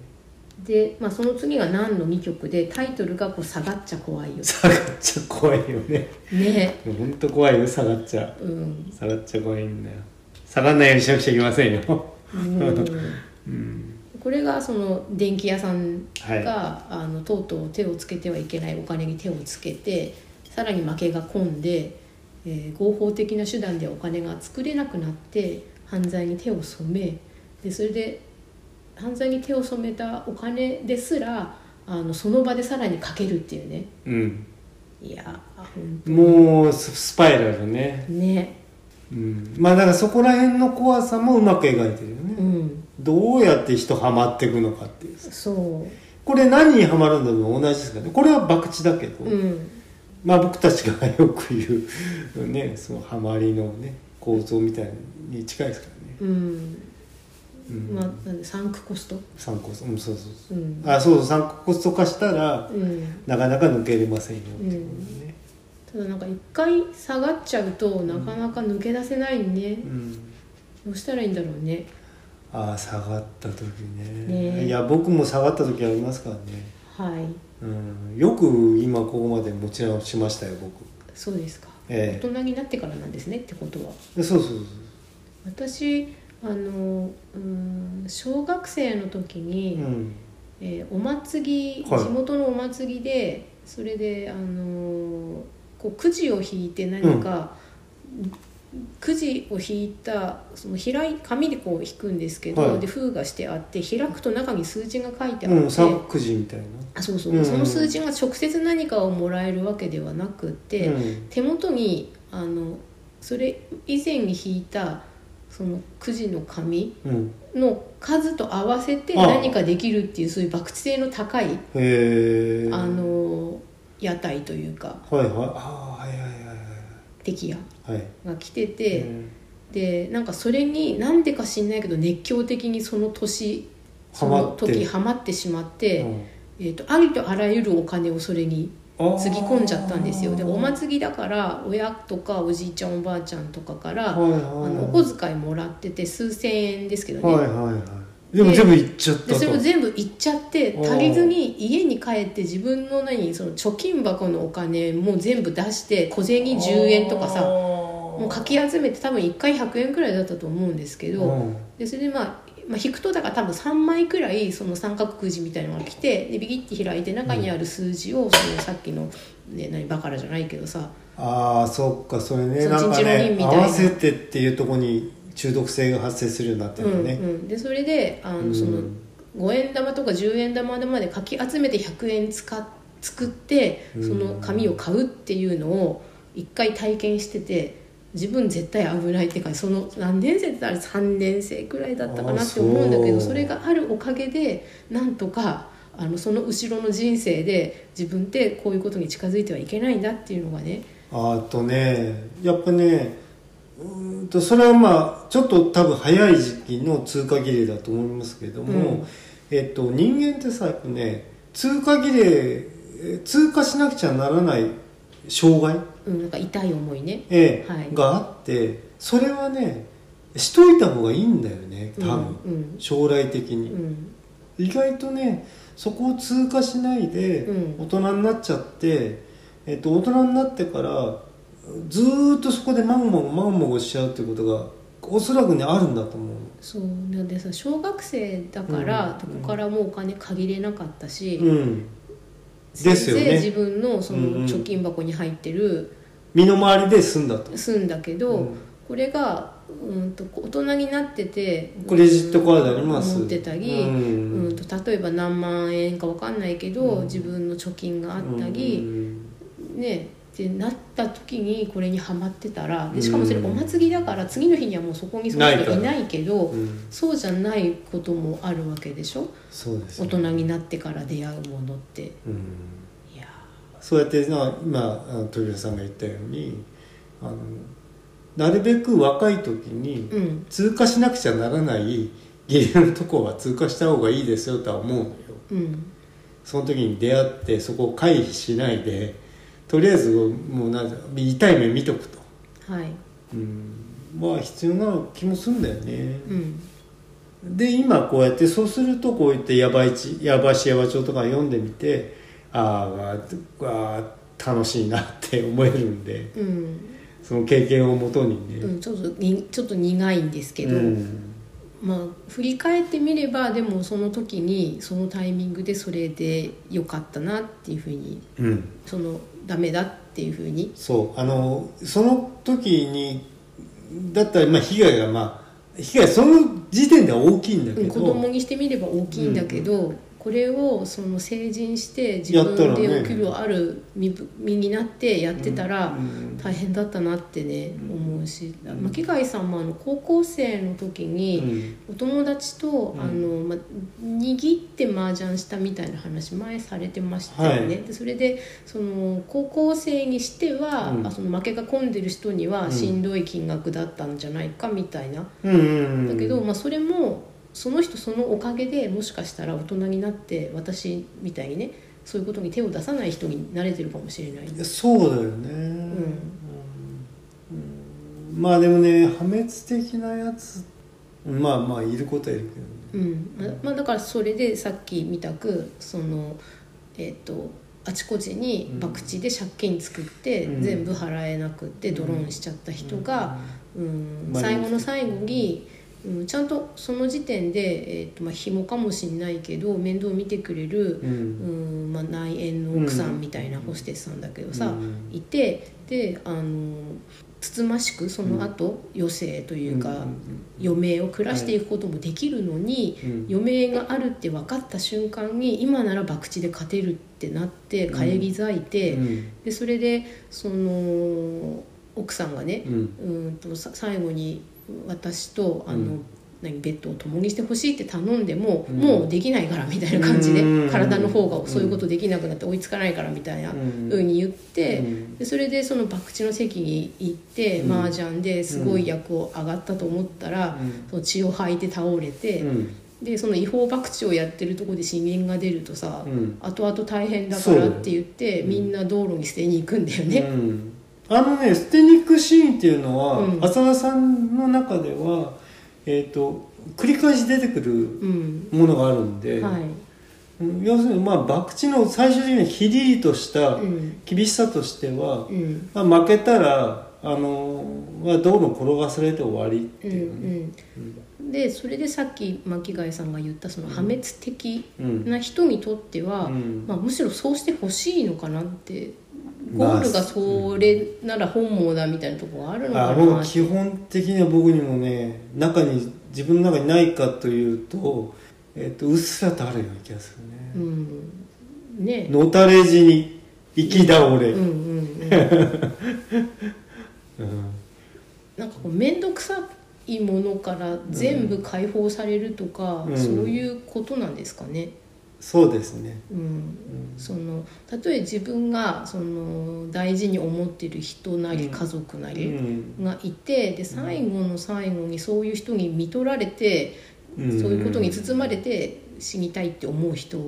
Speaker 2: で、まあ、その次が「何の2曲でタイトルがこう「下がっちゃ怖いよ
Speaker 1: え下がっちゃ怖いよね」
Speaker 2: (laughs) ね、
Speaker 1: ほんと怖いよ下がっちゃ
Speaker 2: うん
Speaker 1: 下がっちゃ怖いんだよ下がんないようにしなくちゃいけませんよ
Speaker 2: うん、
Speaker 1: (laughs) うん
Speaker 2: これがその電気屋さんが、
Speaker 1: はい
Speaker 2: あのとうとう手をつけてはいけないお金に手をつけてさらに負けが込んで、えー合法的な手段でお金が作れなくなって犯罪に手を染めでそれで犯罪に手を染めたお金ですらあのその場でさらにかけるっていうね
Speaker 1: うん
Speaker 2: いやーほん
Speaker 1: もうススパイラルね、
Speaker 2: ね
Speaker 1: うん、まあだからそこら辺の怖さもうまく描いてるよ
Speaker 2: う
Speaker 1: ね
Speaker 2: ん
Speaker 1: どうやって人ハマっていくのかっていうさ
Speaker 2: そ
Speaker 1: これ何にハマるんだも同じですからねこれは博打だけど、
Speaker 2: ううん
Speaker 1: まあ僕たちがよく言うねそのハマりのね構造みたいに近いですからね、
Speaker 2: うん
Speaker 1: うん
Speaker 2: まあなんでサンクコスト
Speaker 1: 参考うんそうそうそううんあそうそう参考コスト化したら、
Speaker 2: うん
Speaker 1: なかなか抜けれませんよっていうことね、
Speaker 2: ただなんか一回下がっちゃうとなかなか抜け出せないね
Speaker 1: うん、
Speaker 2: どうしたらいいんだろうね
Speaker 1: ああ下がった時ね
Speaker 2: ねえ
Speaker 1: いや僕も下がった時ありますからね、
Speaker 2: はい
Speaker 1: うん、よく今ここまで持ち直しましたよ僕
Speaker 2: そうですか、
Speaker 1: ええ
Speaker 2: 大人になってからなんですねってことは
Speaker 1: でそうそうそう
Speaker 2: 私あのうーん小学生の時に、
Speaker 1: そううん
Speaker 2: えーお祭り、
Speaker 1: はい
Speaker 2: 地元のお祭りでそれであのこうくじを引いて何か、くじを引いたその開い紙でこう引くんですけど、
Speaker 1: はい
Speaker 2: で封がしてあって開くと中に数字が書いてあって、
Speaker 1: うん三角時みたいな
Speaker 2: あそうそう、
Speaker 1: うん
Speaker 2: その数字が直接何かをもらえるわけではなくて、
Speaker 1: うん
Speaker 2: 手元にあのそれ以前に引いたそのくじの紙
Speaker 1: うん
Speaker 2: の数と合わせて
Speaker 1: ああ
Speaker 2: 何かできるっていうそういう博打性の高い
Speaker 1: へえ
Speaker 2: あの屋台というか
Speaker 1: はいはいああはいは
Speaker 2: 敵屋
Speaker 1: いはいはいはい
Speaker 2: が来てて、
Speaker 1: うん
Speaker 2: でなんかそれになんでか知んないけど熱狂的にその年その時
Speaker 1: ハ
Speaker 2: ハマってしまっ
Speaker 1: マって
Speaker 2: て、
Speaker 1: うん
Speaker 2: えー、とありとあらゆるお金をそれにつぎ込んじゃったんですよでお
Speaker 1: り
Speaker 2: 祭りだから親とかおじいちゃんおばあちゃんとかから、
Speaker 1: はいはい
Speaker 2: あのお小遣いもらってて数千円ですけどね、
Speaker 1: はいはいはいでも全部いっちゃった
Speaker 2: で
Speaker 1: と
Speaker 2: それを全部いっちゃって
Speaker 1: あー
Speaker 2: 足りずに家に帰って自分の何その貯金箱のお金も全部出して小銭10円とかさも
Speaker 1: も
Speaker 2: うかき集めて多分1回100円くらいだったと思うんですけど、でそれでまあ、まあ、引くとだから多分3枚くらいその三角くじみたいなのが来てでビキッて開いて中にある数字をそのさっきの、ね、何バカラじゃないけどさ
Speaker 1: ああそっかそれね
Speaker 2: そう
Speaker 1: なんか
Speaker 2: チンチロリ
Speaker 1: ね
Speaker 2: ンみた
Speaker 1: 合
Speaker 2: いな
Speaker 1: わせてっていうところに中毒性が発生するようになって
Speaker 2: うん
Speaker 1: る
Speaker 2: う
Speaker 1: のね、
Speaker 2: ん、でそれであ
Speaker 1: う
Speaker 2: の
Speaker 1: ん
Speaker 2: その5円玉とか10円玉までかき集めて100円使っ作って
Speaker 1: うん
Speaker 2: その紙を買うっていうのを一回体験してて自分絶対危ないって感じその何年生ってあれ3年生くらいだったかなって思うんだけ
Speaker 1: あ
Speaker 2: ど
Speaker 1: そう
Speaker 2: それがあるおかげでなんとかあのその後ろの人生で自分ってこういうことに近づいてはいけないんだっていうのがね
Speaker 1: あとねやっぱねうーんとそれはまあちょっと多分早い時期の通過儀礼だと思いますけども、
Speaker 2: うん
Speaker 1: えっと、人間ってさやっぱね通過儀礼え通過しなくちゃならない障害、
Speaker 2: うんなんか痛い思いね。
Speaker 1: ええ
Speaker 2: はい
Speaker 1: があってそれはねしといた方がいいんだよね多分、
Speaker 2: うん
Speaker 1: 将来的
Speaker 2: う
Speaker 1: に、
Speaker 2: ん
Speaker 1: 意外とねそこを通過しないで
Speaker 2: うん
Speaker 1: 大人になっちゃって、えっと、大人になってからずーっとそこでまんまごまんまごしちゃうっていうことがおそらくねあるんだと思う
Speaker 2: そうなんでさ小学生だから、
Speaker 1: うん
Speaker 2: どこからもお金限れなかったし、
Speaker 1: うん
Speaker 2: せい
Speaker 1: ですよね
Speaker 2: ぜい自分のそ
Speaker 1: うんうん
Speaker 2: の貯金箱に入ってる
Speaker 1: 身の回りで済んだと
Speaker 2: 済んだけど、
Speaker 1: うん
Speaker 2: これがうんと大人になってて
Speaker 1: クレジットカードあります
Speaker 2: 持ってたり、
Speaker 1: う
Speaker 2: うん
Speaker 1: ん
Speaker 2: と例えば何万円か分かんないけど、
Speaker 1: うん
Speaker 2: 自分の貯金があったり、ねってなった時にこれにはまってたらでしかもそれお祭りだから次の日にはもうそこにその人いないけど
Speaker 1: うんうん
Speaker 2: そうじゃないこともあるわけでしょ
Speaker 1: そうです
Speaker 2: 大
Speaker 1: ね
Speaker 2: 人になってから出会うものってい
Speaker 1: うん
Speaker 2: や
Speaker 1: そうやってな今あの鳥谷さんが言ったようにあのなるべく若い時に
Speaker 2: ーうん
Speaker 1: 通過しなくちゃならないゲレのとこは通過した方がいいですよとは思うのよ
Speaker 2: うん
Speaker 1: その時に出会ってそこを回避しないでとりあえずもうなんか痛い目見とくと、
Speaker 2: はい
Speaker 1: うん、まあ必要な気もするんだよね、
Speaker 2: うん
Speaker 1: で今こうやってそうするとこういったやばいちやばしやばちょとか読んでみてあーあー楽しいなって思えるんで
Speaker 2: うん
Speaker 1: その経験をもとに
Speaker 2: う
Speaker 1: ね、
Speaker 2: ん、ちょっとにちょっと苦いんですけ
Speaker 1: う
Speaker 2: ど、
Speaker 1: ん
Speaker 2: まあ振り返ってみればでもその時にそのタイミングでそれで良かったなっていうふうに
Speaker 1: うん、
Speaker 2: そのダメだっていうふうに
Speaker 1: そうあのその時にだったらまあ被害がまあ被害その時点では大きいんだけ
Speaker 2: うん
Speaker 1: ど
Speaker 2: 子供にしてみれば大きいんだけど、これをその成人して自
Speaker 1: やったら
Speaker 2: 分
Speaker 1: ね
Speaker 2: でお給料ある身ぶ身になってやってたら
Speaker 1: うん
Speaker 2: 大変だったなってね思うし
Speaker 1: ん
Speaker 2: 巻貝さんもあの高校生の時
Speaker 1: う
Speaker 2: に
Speaker 1: ん
Speaker 2: お友達と
Speaker 1: うん
Speaker 2: あの、ま、握って麻雀したみたいな話前されてましたよね、
Speaker 1: は
Speaker 2: でそれでその高校生にしては、
Speaker 1: うん
Speaker 2: あその負けが込んでる人に
Speaker 1: う
Speaker 2: は
Speaker 1: ん
Speaker 2: しんどい金額だったんじゃないかみたいな。
Speaker 1: うんうん
Speaker 2: だけど、まあ、それもその人そのおかげでもしかしたら大人になって私みたいにねそういうことに手を出さない人になれてるかもしれないです。
Speaker 1: そうだよね、うんまあでもね破滅的なやつまあまあいることはいるけどね
Speaker 2: うんまあまあ、だからそれでさっき見たくその、えっとあちこちに
Speaker 1: うん
Speaker 2: 博打で借金作って、
Speaker 1: うん
Speaker 2: 全部払えなくってドローンしちゃった人が、うん
Speaker 1: まあ
Speaker 2: 最後の最後に、うん、ちゃんとその時点で、えっとまあ、紐かもしれないけど面倒見てくれる
Speaker 1: うん、うん
Speaker 2: うんまあ、内縁の奥さんみたいなホステスさんだけどさ、
Speaker 1: うん
Speaker 2: いてであのつつましくその後、余生というか、余命を暮らしていくこともできるのに、
Speaker 1: うん
Speaker 2: 余命があるって分かった瞬間に今なら博打で勝てるってなって
Speaker 1: うん
Speaker 2: 帰り咲いて、
Speaker 1: うん
Speaker 2: でそれでその。奥さんがね
Speaker 1: うん
Speaker 2: うんとさ最後に私とあの、
Speaker 1: うん
Speaker 2: 何ベッドを共にしてほしいって頼んでも、
Speaker 1: うん
Speaker 2: もうできないからみたいな感じで、
Speaker 1: うん
Speaker 2: 体の方がそういうことできなくなって追いつかないからみたいな
Speaker 1: う
Speaker 2: ふ
Speaker 1: ん
Speaker 2: うに言って、
Speaker 1: うん
Speaker 2: でそれでその博打の席に行って、
Speaker 1: うん
Speaker 2: 麻雀ですごい役を上がったと思ったら、その血を吐いて倒れて、
Speaker 1: うん
Speaker 2: でその違法博打をやってるとこで震源が出るとさ、
Speaker 1: うん
Speaker 2: 後々大変だからって言って、
Speaker 1: そう
Speaker 2: みんな道路に捨てに行くんだよね。
Speaker 1: うんあのね捨てに行くシーンっていうのは、
Speaker 2: うん
Speaker 1: 浅田さんの中では、えー、と繰り返し出てくる
Speaker 2: うん、
Speaker 1: ものがあるんで、
Speaker 2: はい、
Speaker 1: うん要するにまあ博打の最終的なひりりとした
Speaker 2: うん
Speaker 1: 厳しさとしては
Speaker 2: う、ん
Speaker 1: まあ、負けたらあのまあ道路転がされて終わりって
Speaker 2: うん
Speaker 1: いうね、
Speaker 2: うん、でそれでさっき巻貝さんが言ったその破滅的
Speaker 1: うん
Speaker 2: な人にとっては、
Speaker 1: うん
Speaker 2: まあ、むしろそうしてほしいのかなってゴールがそれなら本望だみたいなところがあるのか
Speaker 1: あ
Speaker 2: な
Speaker 1: の
Speaker 2: って
Speaker 1: 基本的には僕にもね中に自分の中にないかというと,、えっとうっすらとあるような気がする
Speaker 2: う
Speaker 1: ね。
Speaker 2: んね
Speaker 1: のたれ死に行き倒れ、
Speaker 2: うん
Speaker 1: う
Speaker 2: うんん (laughs) うん、なんかこう面倒くさいものから全部解放されるとか、
Speaker 1: うん
Speaker 2: そういうことなんですかね。
Speaker 1: そうですね。
Speaker 2: うん
Speaker 1: うん
Speaker 2: そのたとえ自分がその大事に思ってる人なり
Speaker 1: うん
Speaker 2: 家族な
Speaker 1: う
Speaker 2: り
Speaker 1: ん
Speaker 2: がいてで最後の最後にそういう人に見取られて
Speaker 1: う
Speaker 2: そうんいうことに包まれて死にたいって思う人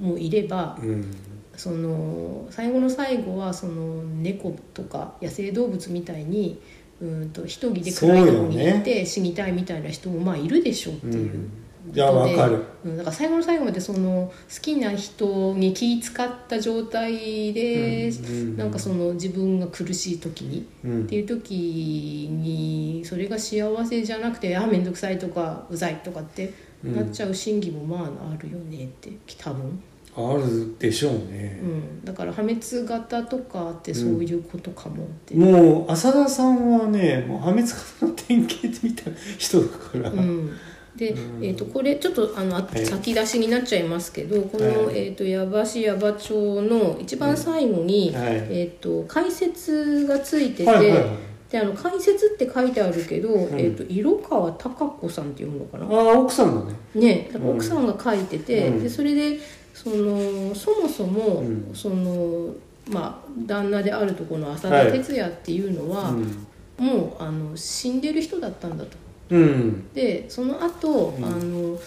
Speaker 2: もいれば
Speaker 1: うん
Speaker 2: その最後の最後はその猫とか野生動物みたいにうんと一人で暗いところに行って死にたいみたいな人もまあいるでしょうって
Speaker 1: う
Speaker 2: いう。
Speaker 1: ん、いやわかる。
Speaker 2: うん、だから最後の最後までその好きな人に気使った状態で、なんかその自分が苦しい時に、
Speaker 1: うん、
Speaker 2: っていう時にそれが幸せじゃなくてあ面倒くさいとかうざいとかって
Speaker 1: うん
Speaker 2: なっちゃう心理もまああるよねって多分、
Speaker 1: あるでしょう
Speaker 2: う
Speaker 1: ね。
Speaker 2: ん、だから破滅型とかってそういうことかもって、うん
Speaker 1: もう浅田さんはねもう破滅家の典型みたいな人だから、
Speaker 2: で、
Speaker 1: うん
Speaker 2: えー、とこれちょっとあのあ
Speaker 1: い
Speaker 2: 先出しになっちゃいますけどこの、
Speaker 1: はい
Speaker 2: えー、と矢橋矢場町の一番最後に、
Speaker 1: はい
Speaker 2: えー、と解説がついてて、
Speaker 1: はいはいはい
Speaker 2: であの解説って書いてあるけど、
Speaker 1: ん
Speaker 2: えー、と色川孝子さんって読むのかな、
Speaker 1: ああ奥さんのね
Speaker 2: ね、だから奥さんが書いてて、
Speaker 1: うん
Speaker 2: でそれでそのそもそも、
Speaker 1: うん
Speaker 2: そのまあ、旦那であるとこの浅田哲也っていうのは、もうあの死んでる人だったんだと。
Speaker 1: うん、うん
Speaker 2: でその後、
Speaker 1: うん
Speaker 2: あの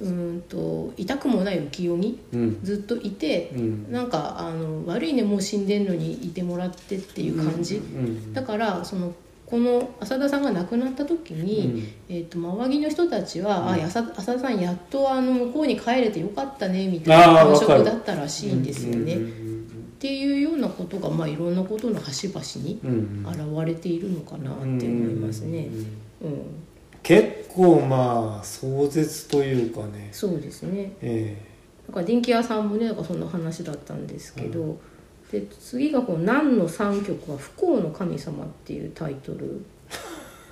Speaker 2: うーんと痛くもない浮世に
Speaker 1: うん
Speaker 2: ずっといて
Speaker 1: うん
Speaker 2: なんかあの悪いねもう死んでんのにいてもらってっていう感じ、
Speaker 1: うん
Speaker 2: だからそのこの浅田さんが亡くなった時に、えー、と周りの人たちは「あやさ浅田さんやっとあの向こうに帰れてよかったね」みたいな
Speaker 1: あー
Speaker 2: 感
Speaker 1: わかる
Speaker 2: 触だったらしいんですよね。
Speaker 1: うん
Speaker 2: っていうようなことが、まあ、いろんなことの端々に
Speaker 1: うんうん
Speaker 2: 現れているのかなって思いますね
Speaker 1: う。ん
Speaker 2: うん、
Speaker 1: 結構まあ壮絶というかね
Speaker 2: そうですね
Speaker 1: え
Speaker 2: だから電気屋さんもねなんかそんな話だったんですけど、で次がこの「何の三曲は不幸の神様」っていうタイ
Speaker 1: (laughs)
Speaker 2: トル、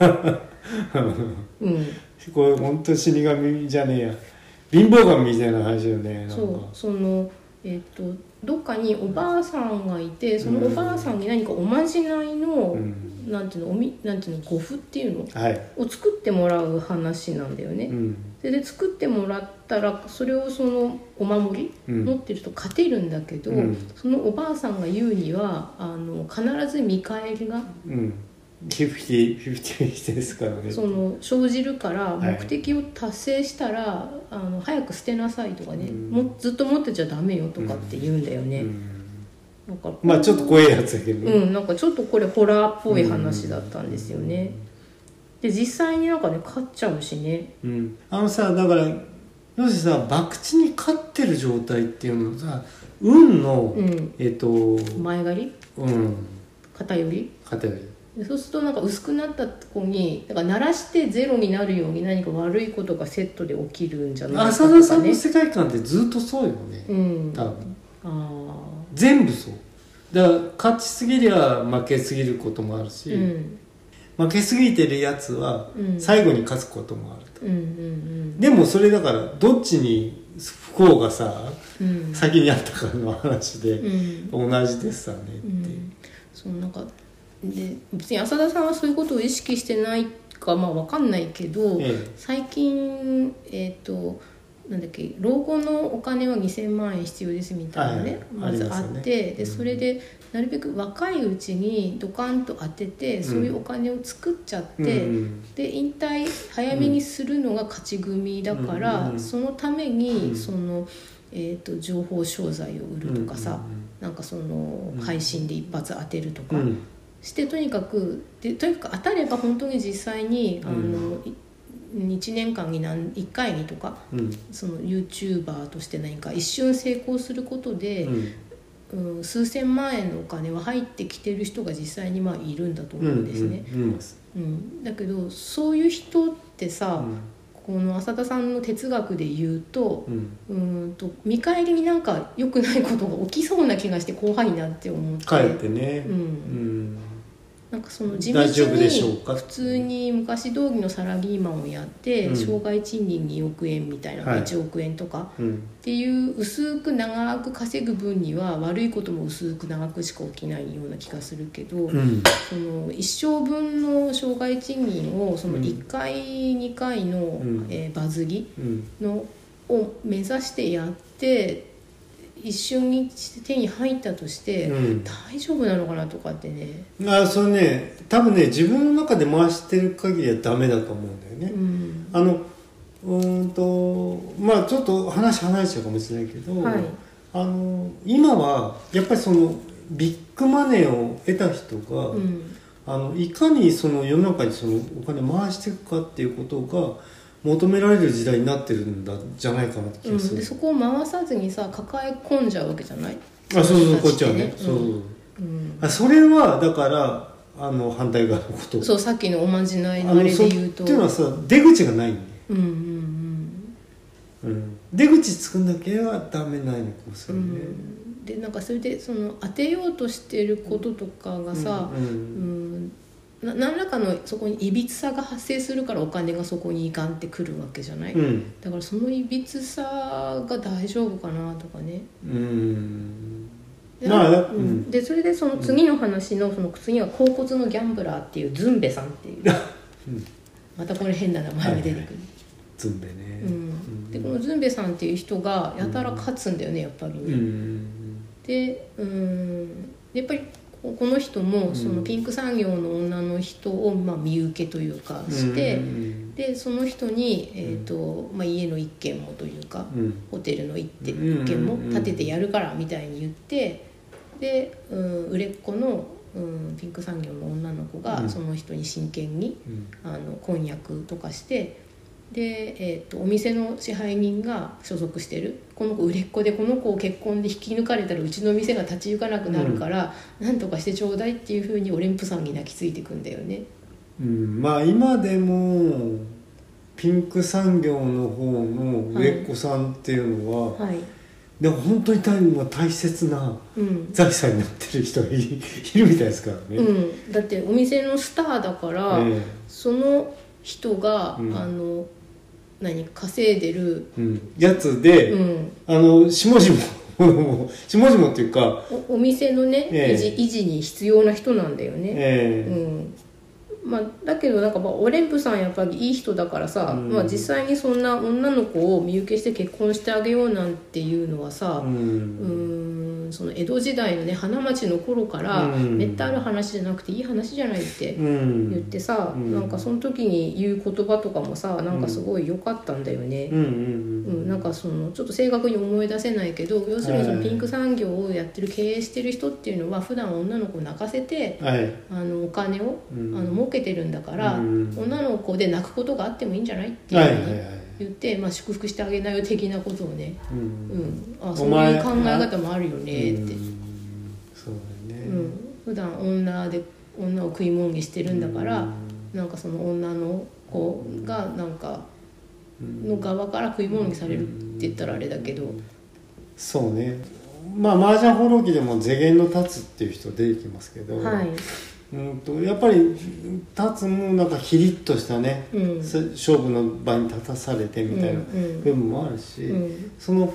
Speaker 1: え
Speaker 2: うん、
Speaker 1: これ本当死神じゃねえや貧乏神みたいな話よねなんか
Speaker 2: そうそのえっとどっかにおばあさんがいてそのおばあさんに何かおまじないの、
Speaker 1: うん
Speaker 2: なんていうのおみなんていうの護符っていうの
Speaker 1: はい、
Speaker 2: を作ってもらう話なんだよね
Speaker 1: う。ん
Speaker 2: でで作ってもらったらそれをそのお守り
Speaker 1: うん
Speaker 2: 持ってると勝てるんだけど、
Speaker 1: うん
Speaker 2: そのおばあさんが言うにはあの必ず見返りが
Speaker 1: うん、フィフティフィフティフィフティですからね
Speaker 2: その生じるから
Speaker 1: は
Speaker 2: 目
Speaker 1: い
Speaker 2: 的を達成したら、あの早く捨てなさいとかね、
Speaker 1: うん
Speaker 2: もずっと持ってちゃダメよとかって言うんだよね、
Speaker 1: うん
Speaker 2: なんか
Speaker 1: まあちょっと怖いやつだけどね、
Speaker 2: うんなんかちょっとこれホラーっぽい話だったんですよね、で実際になんかね勝っちゃうしね
Speaker 1: うん、あのさだから要するにさ博打に勝ってる状態っていうのはさ運の、
Speaker 2: うん
Speaker 1: えっ、と
Speaker 2: 前借り
Speaker 1: うん
Speaker 2: 偏り
Speaker 1: 勝てる
Speaker 2: でそうするとなんか薄くなったとこにだから鳴らしてゼロになるように何か悪いことがセットで起きるんじゃないか
Speaker 1: 浅田さん
Speaker 2: ね
Speaker 1: の世界観ってずっとそうよね
Speaker 2: うん
Speaker 1: 多
Speaker 2: あ
Speaker 1: 分
Speaker 2: あ
Speaker 1: 全部そうだから勝ちすぎりゃ負けすぎることもあるし、
Speaker 2: うん
Speaker 1: 負けすぎてるやつは
Speaker 2: うん
Speaker 1: 最後に勝つこともあると、
Speaker 2: うんうん
Speaker 1: でもそれだからどっちに不幸がさ
Speaker 2: うんうん
Speaker 1: 先にあったかの話で
Speaker 2: うん
Speaker 1: 同じですさねって
Speaker 2: う
Speaker 1: いう、
Speaker 2: ん、そのなんかで別に浅田さんはそういうことを意識してないかまあ分かんないけど、
Speaker 1: ええ
Speaker 2: 最近えっ、となんだっけ老後のお金は2,000万円必要ですみたいなね、
Speaker 1: はい
Speaker 2: まず
Speaker 1: ありま
Speaker 2: あ
Speaker 1: すよ
Speaker 2: っ
Speaker 1: ね
Speaker 2: て、
Speaker 1: う
Speaker 2: で
Speaker 1: ん
Speaker 2: それでなるべく若いうちにドカンと当てて、そういうお金を作っちゃって、
Speaker 1: うん
Speaker 2: で引退早めにするのが勝ち組だから、
Speaker 1: うんうん
Speaker 2: そのため
Speaker 1: う
Speaker 2: に
Speaker 1: ん
Speaker 2: その、えー、と情報商材を売るとかさ、なんかその
Speaker 1: うん
Speaker 2: 配信で一発当てると
Speaker 1: う
Speaker 2: か
Speaker 1: ん、うん
Speaker 2: してとにかくでとにかく当たれば本当に実際にあの、い1年間に何1回にとか
Speaker 1: うん
Speaker 2: その YouTuber として何か一瞬成功することで
Speaker 1: う、ん
Speaker 2: うん数千万円のお金は入ってきてる人が実際にまあいるんだと思うんですね。
Speaker 1: うんうん
Speaker 2: うん、だけどそういう人ってさ、この浅田さんの哲学で言うと
Speaker 1: うんうん
Speaker 2: うーんと見返りになんか良くないことが起きそうな気がして怖いなって思って
Speaker 1: 帰ってね、
Speaker 2: う、
Speaker 1: うんん
Speaker 2: なんかその地道
Speaker 1: 大丈夫でしょう
Speaker 2: に
Speaker 1: か普
Speaker 2: 普通に昔通りのサラリーマンをやって、
Speaker 1: うん
Speaker 2: 障害賃金2億円みたいな
Speaker 1: はい
Speaker 2: 1億円とか
Speaker 1: うん
Speaker 2: っていう薄く長く稼ぐ分には悪いことも薄く長くしか起きないような気がするけど。
Speaker 1: うん
Speaker 2: その一生分の障害賃金をその
Speaker 1: うん
Speaker 2: 1回、2回の、
Speaker 1: ん
Speaker 2: えーバズり
Speaker 1: うん
Speaker 2: のを目指してやって一瞬にして手に入ったとして、
Speaker 1: うん
Speaker 2: 大丈夫なのかなとかってね、
Speaker 1: あそれね多分ね自分の中で回してる限りはダメだと思うんだよね、
Speaker 2: うん
Speaker 1: あのうーんとまあちょっと話離れちゃうかもしれないけど、
Speaker 2: はい
Speaker 1: あの今はやっぱりそのビッグマネーを得た人が、
Speaker 2: うん
Speaker 1: あのいかにその世の中にそのお金回していくかっていうことが求められる時代になってるんだじゃないかなって気
Speaker 2: う
Speaker 1: がす
Speaker 2: ん、
Speaker 1: る、
Speaker 2: でそこを回さずにさ抱え込んじゃうわけじゃない、
Speaker 1: あそうそうこっちはね、
Speaker 2: うん
Speaker 1: そうそう
Speaker 2: うん、
Speaker 1: あそれはだからあの反対側のこと
Speaker 2: そうさっきのおまじない
Speaker 1: あ
Speaker 2: のあ
Speaker 1: の
Speaker 2: れ
Speaker 1: そう
Speaker 2: で
Speaker 1: って
Speaker 2: 言うと
Speaker 1: いうのはさ出口がないんだよ
Speaker 2: うんうんうん
Speaker 1: うん出口作んなければダメないのかもし
Speaker 2: う
Speaker 1: れないね、
Speaker 2: ん、でなんかそれでその当てようとしてることとかがさ、
Speaker 1: うんう
Speaker 2: うんんな何らかのそこにいびつさが発生するからお金がそこにいかんってくるわけじゃない、
Speaker 1: うん
Speaker 2: だからそのいびつさが大丈夫かなとかね
Speaker 1: うん
Speaker 2: で,、
Speaker 1: まあ
Speaker 2: うん
Speaker 1: うん
Speaker 2: でそれでその次の話のその次は「甲骨のギャンブラー」っていうズンベさんっていう
Speaker 1: うん
Speaker 2: またこれ変な名前が出てくる、
Speaker 1: ずんべね
Speaker 2: うん、でこのズンベさんっていう人がやたら勝つんだよねやっぱりね、
Speaker 1: うん
Speaker 2: でうんやっぱりここの人もそのピンク産業の女の人をまあ身請けというかして、
Speaker 1: うん
Speaker 2: でその人に、えーとまあ、家の一軒もというか、
Speaker 1: うん
Speaker 2: ホテルの一軒
Speaker 1: うん
Speaker 2: 一軒も建ててやるからみたいに言ってで、うん、売れっ子の、うん、ピンク産業の女の子
Speaker 1: うん
Speaker 2: がその人に真剣に
Speaker 1: うん
Speaker 2: あの婚約とかしてで、えー、とお店の支配人が所属してるこの子売れっ子でこの子を結婚で引き抜かれたらうちの店が立ち行かなくなるから、なんとかしてちょうだいっていうふうにオレンプさんに泣きついてくんだよね。
Speaker 1: うんまあ今でもピンク産業の方の売れっ子さんっていうのは、
Speaker 2: はい
Speaker 1: でも本当に大大切な
Speaker 2: うん
Speaker 1: 財産になってる人がいいるみたいですからね、
Speaker 2: うん、だってお店のスターだから、
Speaker 1: え
Speaker 2: その人が、
Speaker 1: うん
Speaker 2: あの何稼いでる、
Speaker 1: えうんやつで、
Speaker 2: うん、
Speaker 1: あの下々も下々っていうか、
Speaker 2: おお店のね、
Speaker 1: ええ
Speaker 2: 維持維持に必要な人なんだよね、
Speaker 1: ええ
Speaker 2: うんまあ、だけどなんかまあオレンプさんやっぱりいい人だからさ、
Speaker 1: うん
Speaker 2: まあ、実際にそんな女の子を身請けして結婚してあげようなんていうのはさ、
Speaker 1: う
Speaker 2: うんーんその江戸時代のね花町の頃から
Speaker 1: うん
Speaker 2: めったある話じゃなくていい話じゃないって
Speaker 1: うん
Speaker 2: 言ってさ、
Speaker 1: うん
Speaker 2: なんかその時に言う言葉とかもさなんかすごい良かったんだよね、
Speaker 1: うん
Speaker 2: う
Speaker 1: うんん
Speaker 2: なんかそのちょっと正確に思い出せないけど要するにそ
Speaker 1: は
Speaker 2: の
Speaker 1: い
Speaker 2: ピンク産業をやってる経営してる人っていうのは普段女の子を泣かせて
Speaker 1: はい、
Speaker 2: あのお金を、
Speaker 1: うん
Speaker 2: あの儲けてるんだから、
Speaker 1: うん
Speaker 2: 女の子で泣くことがあってもいいんじゃないってい
Speaker 1: はい
Speaker 2: う
Speaker 1: はい
Speaker 2: ふう
Speaker 1: は
Speaker 2: に
Speaker 1: い
Speaker 2: 言って、まあ、祝福してあげなよ的なことをね、
Speaker 1: う
Speaker 2: うんん、あ
Speaker 1: お
Speaker 2: そういう
Speaker 1: 前
Speaker 2: 考え方もあるよねって。
Speaker 1: うんそうだよね、
Speaker 2: うん、普段女で女を食い物にしてるんだから、なんかその女の子がなんかの側から食い物にされるって言ったらあれだけど、
Speaker 1: そうねまあ麻雀放浪記でも「世間の立つ」っていう人出てきますけど、
Speaker 2: はい、
Speaker 1: うんとやっぱり立つもなんかヒリッとしたね、
Speaker 2: うん、
Speaker 1: さ勝負の場に立たされてみたいな
Speaker 2: うんうん
Speaker 1: 部分もあるし、
Speaker 2: うん
Speaker 1: その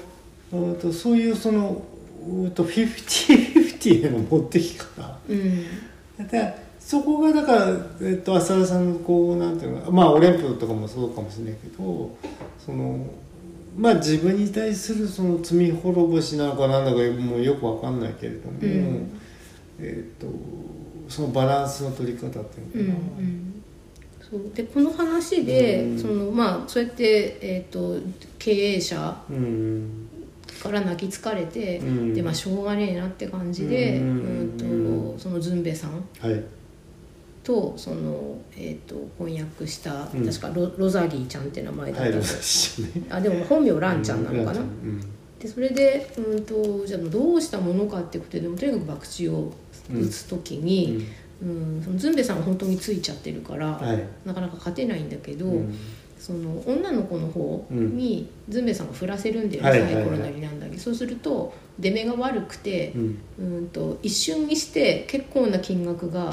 Speaker 1: うんとそういうそのうんとフィフティフィフティへの持ってき方
Speaker 2: うん
Speaker 1: でそこがだから、えっと、浅田さんのこうなんていうのかまあオレンプとかもそうかもしれないけどそのまあ自分に対するその罪滅ぼしなのかなんだかもうよくわかんないけれども、
Speaker 2: うん
Speaker 1: えっとそのバランスの取り方って
Speaker 2: う
Speaker 1: い
Speaker 2: ん
Speaker 1: う
Speaker 2: う
Speaker 1: のかな、
Speaker 2: ん、そうでこの話で、
Speaker 1: うん
Speaker 2: そのまあ、そうやって、えー、と経営者
Speaker 1: うん
Speaker 2: から泣き疲れて、
Speaker 1: うん
Speaker 2: でまあ、しょうがねえなって感じで、
Speaker 1: う
Speaker 2: うんん、とそのズンベさん
Speaker 1: はい
Speaker 2: とその、えー、と婚約した
Speaker 1: うん
Speaker 2: 確かロロザリーちゃんって名前だっ
Speaker 1: はい
Speaker 2: たと、
Speaker 1: ロサシね
Speaker 2: あでも本名ランちゃんなのかな、
Speaker 1: ううん
Speaker 2: でそれで、うん、とじゃあどうしたものかってことででもとにかく博打を打つ時に、うんそのズンベさんは本当についちゃってるから、
Speaker 1: はい
Speaker 2: なかなか勝てないんだけど、
Speaker 1: うん
Speaker 2: その女の子の方にズンベさんが振らせるんだよね、
Speaker 1: はい
Speaker 2: サイコロなりなんだけどそうすると出目が悪くて
Speaker 1: う、ん
Speaker 2: うんと一瞬にして結構な金額が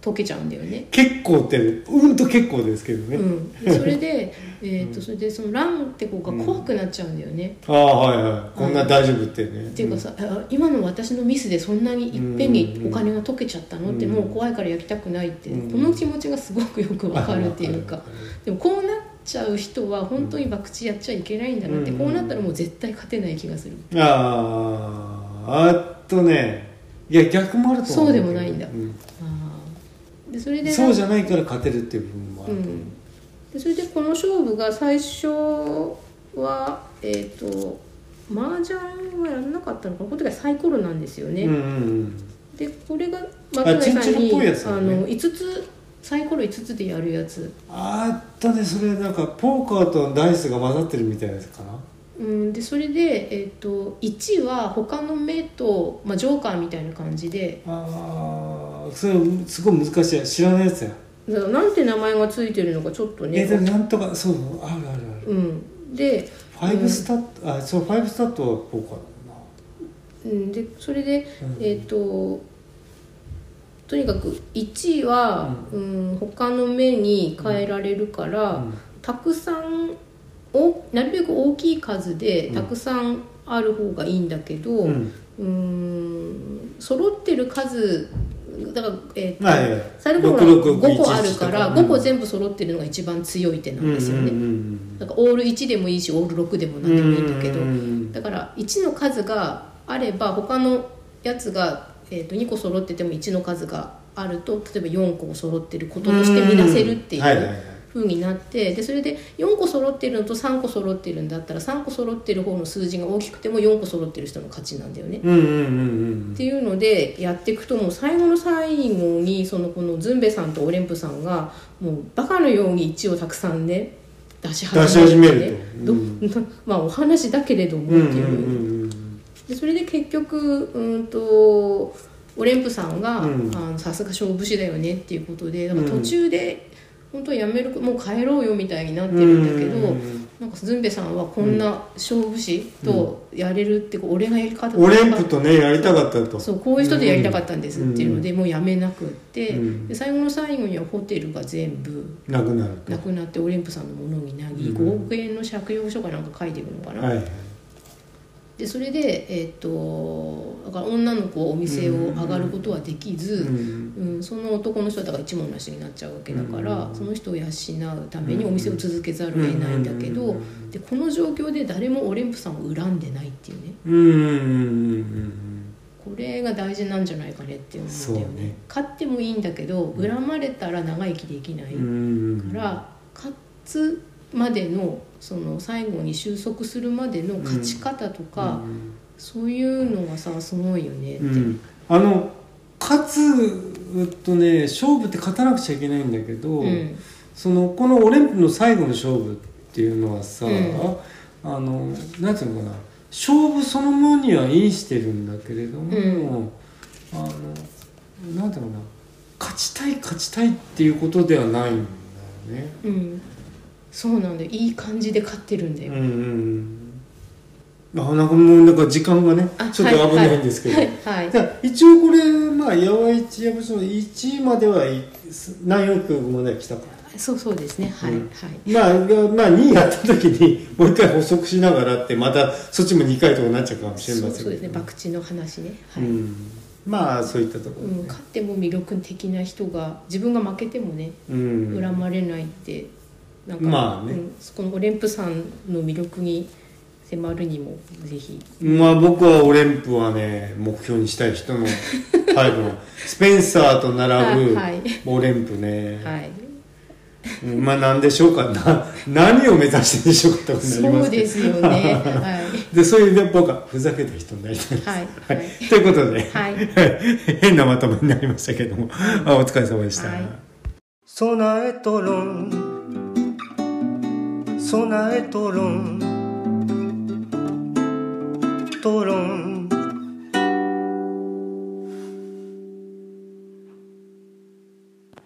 Speaker 2: 溶けちゃうんだよね。
Speaker 1: 結構ってうんと結構ですけどね、
Speaker 2: うん、でそれ
Speaker 1: (laughs)
Speaker 2: で、えー、
Speaker 1: う
Speaker 2: と
Speaker 1: ん
Speaker 2: それでそのランって子が怖くなっちゃうんだよね。
Speaker 1: ああはいはいこんな大丈夫ってね、
Speaker 2: っていうかさ、あ今の私のミスでそんなにいっぺんにお金が溶けちゃったのって
Speaker 1: うん
Speaker 2: もう怖いからやりたくないって、
Speaker 1: うん
Speaker 2: この気持ちがすごくよく
Speaker 1: うん
Speaker 2: わかるっていうか
Speaker 1: わるわる
Speaker 2: でもこうなっちゃう人は本当に博打やっちゃいけないんだなって、
Speaker 1: うん
Speaker 2: こうなったらもう絶対勝てない気がする、
Speaker 1: あああとねいや逆もあると思うけど
Speaker 2: そうでもないんだ
Speaker 1: う
Speaker 2: あーでそれで
Speaker 1: そうじゃないから勝てるっていう部分もあると思う、
Speaker 2: うんでそれでこの勝負が最初はえっ、と麻雀はやんなかったのかなこの時はサイコロなんですよね、
Speaker 1: うんうん
Speaker 2: でこれが松内さん
Speaker 1: チンチラっ
Speaker 2: に
Speaker 1: ぽいやつだ
Speaker 2: あ
Speaker 1: よね
Speaker 2: の5つサイコロ5つでやるやつ、
Speaker 1: あったねそれなんかポーカーとダイスが混ざってるみたいなやつかな
Speaker 2: うん、でそれで、えっと1は他の目と、まあ、ジョーカーみたいな感じで
Speaker 1: ああそれすごい難しい知らないやつや、
Speaker 2: だからなんて名前がついてるのかちょっと
Speaker 1: え
Speaker 2: ね
Speaker 1: ー、でもなんとかそうそうあるあるある
Speaker 2: うん、で
Speaker 1: ファイブスタット、あそうファイブスタットはポーカー
Speaker 2: うん、でそれで、
Speaker 1: うん
Speaker 2: えっ、ととにかく1位は、うん他の目に変えられるから、
Speaker 1: だな、うん
Speaker 2: たくさんおなるべく大きい数で
Speaker 1: うん
Speaker 2: たくさんある方がいいんだけど、
Speaker 1: う
Speaker 2: うんーん揃ってる数だから、えー
Speaker 1: まあいやいや
Speaker 2: サルコロが
Speaker 1: 6 6
Speaker 2: 5個あるから
Speaker 1: 11と
Speaker 2: 5個全部揃ってるのが一番強い手なんですよね、
Speaker 1: うんうんうん
Speaker 2: だからオール1でもいいしオール6でも
Speaker 1: うん
Speaker 2: 何でもいいんだけど、
Speaker 1: うんうん
Speaker 2: だから1の数があれば他のやつが、えー、と2個揃ってても1の数があると例えば4個揃ってることとして見なせるってい
Speaker 1: はいはいは
Speaker 2: う
Speaker 1: い
Speaker 2: 風になってでそれで4個揃ってるのと3個揃ってるんだったら3個揃ってる方の数字が大きくても4個揃ってる人の勝ちなんだよね。
Speaker 1: うんうんうん
Speaker 2: っていうのでやっていくともう最後の最後にそのこのズンベさんとオレンプさんがもうバカのように1をたくさんね出し
Speaker 1: 出し始
Speaker 2: 始
Speaker 1: め
Speaker 2: め
Speaker 1: る
Speaker 2: る,、
Speaker 1: と
Speaker 2: ね
Speaker 1: う
Speaker 2: どまあお話だけれどもっ
Speaker 1: うんう
Speaker 2: て
Speaker 1: んうん
Speaker 2: いう。
Speaker 1: うん
Speaker 2: でそれで結局うんとオレンプさんが
Speaker 1: うん
Speaker 2: あのさすが勝負師だよねっていうことでだから
Speaker 1: うん
Speaker 2: 途中で、本当はやめるもう帰ろうよみたいになって
Speaker 1: うん
Speaker 2: るんだけど、
Speaker 1: うん
Speaker 2: なんかズンベさんはこんな勝負師とやれるって、こう俺がやり方
Speaker 1: オレンプとねやりたかったと
Speaker 2: そうこういう人でやりたかったんですっていうので、もうやめなくって、
Speaker 1: うん
Speaker 2: で最後の最後にはホテルが全部
Speaker 1: なくなる
Speaker 2: なくなってオレンプさんのものになり、
Speaker 1: うん
Speaker 2: 5億円の借用書かなんか書いていくのかな、
Speaker 1: はいはい
Speaker 2: でそれで、えー、とだから女の子はお店を上がることはでき
Speaker 1: う
Speaker 2: ず、
Speaker 1: ん
Speaker 2: うんその男の人はだから一文無しになっちゃうわけだから、
Speaker 1: うん
Speaker 2: その人を養うためにお店を続けざるを得ないんだけど、
Speaker 1: うん
Speaker 2: でこの状況で誰もオレンプさんを恨んでないっていうね
Speaker 1: うんうん
Speaker 2: これが大事なんじゃないかねって思うんだよね
Speaker 1: そうね
Speaker 2: 勝ってもいいんだけど恨まれたら長生きできない
Speaker 1: うんうんうんうん
Speaker 2: から、勝つまでのその最後に収束するまでの勝ち方とか、
Speaker 1: うん
Speaker 2: そういうのがさすごいよねって、
Speaker 1: うんあの勝つうっとね勝負って勝たなくちゃいけないんだけど、
Speaker 2: うん
Speaker 1: そのこのオレンピの最後の勝負っていうのはさ、
Speaker 2: うん
Speaker 1: あのなんていうのかな勝負そのものにはインしてるんだけれども、
Speaker 2: うん
Speaker 1: あのなんていうのかな勝ちたい勝ちたいっていうことではないんだよね。
Speaker 2: うんそうなんだよいい感じで勝ってるんだ
Speaker 1: うん
Speaker 2: よ、
Speaker 1: うんうんあなんかもうなんか時間がね
Speaker 2: あ
Speaker 1: ちょっと危ないんですけど、
Speaker 2: はいはい、
Speaker 1: じゃあ一応これまあ八百一八の1位まではい何億までは来たか
Speaker 2: そうそうですねはい、
Speaker 1: うん
Speaker 2: はい
Speaker 1: まあ、がまあ、2位やった時にもう一回補足しながらってまたそっちも2回とかなっちゃうかもしれ
Speaker 2: そ
Speaker 1: ま
Speaker 2: う
Speaker 1: せん
Speaker 2: そう
Speaker 1: け
Speaker 2: ですね
Speaker 1: ど
Speaker 2: 博打の話ねは
Speaker 1: う
Speaker 2: い、
Speaker 1: んまあそういったとこ
Speaker 2: う
Speaker 1: ろね
Speaker 2: ん、勝っても魅力的な人が自分が負けてもね
Speaker 1: うん
Speaker 2: 恨まれないってなんか、
Speaker 1: まあね
Speaker 2: うん、そこのオレンプさんの魅力に迫るにもぜひ
Speaker 1: まあ僕はオレンプはね目標にしたい人のタイプのスペンサーと並 (laughs) ぶ
Speaker 2: はい
Speaker 1: オレンプね、
Speaker 2: はい
Speaker 1: うんまあ何でしょうか (laughs) な何を目指してでしょうかってことになり
Speaker 2: そ
Speaker 1: ま
Speaker 2: う
Speaker 1: すけど
Speaker 2: です (laughs) よねはい
Speaker 1: でそういうね僕はふざけた人になりたいです、
Speaker 2: はい
Speaker 1: は
Speaker 2: はいい
Speaker 1: ということで、
Speaker 2: はい
Speaker 1: (laughs) 変なまとめになりましたけども、あお疲れ様でした。
Speaker 2: はい
Speaker 3: ソナエトロンソナエトロントロン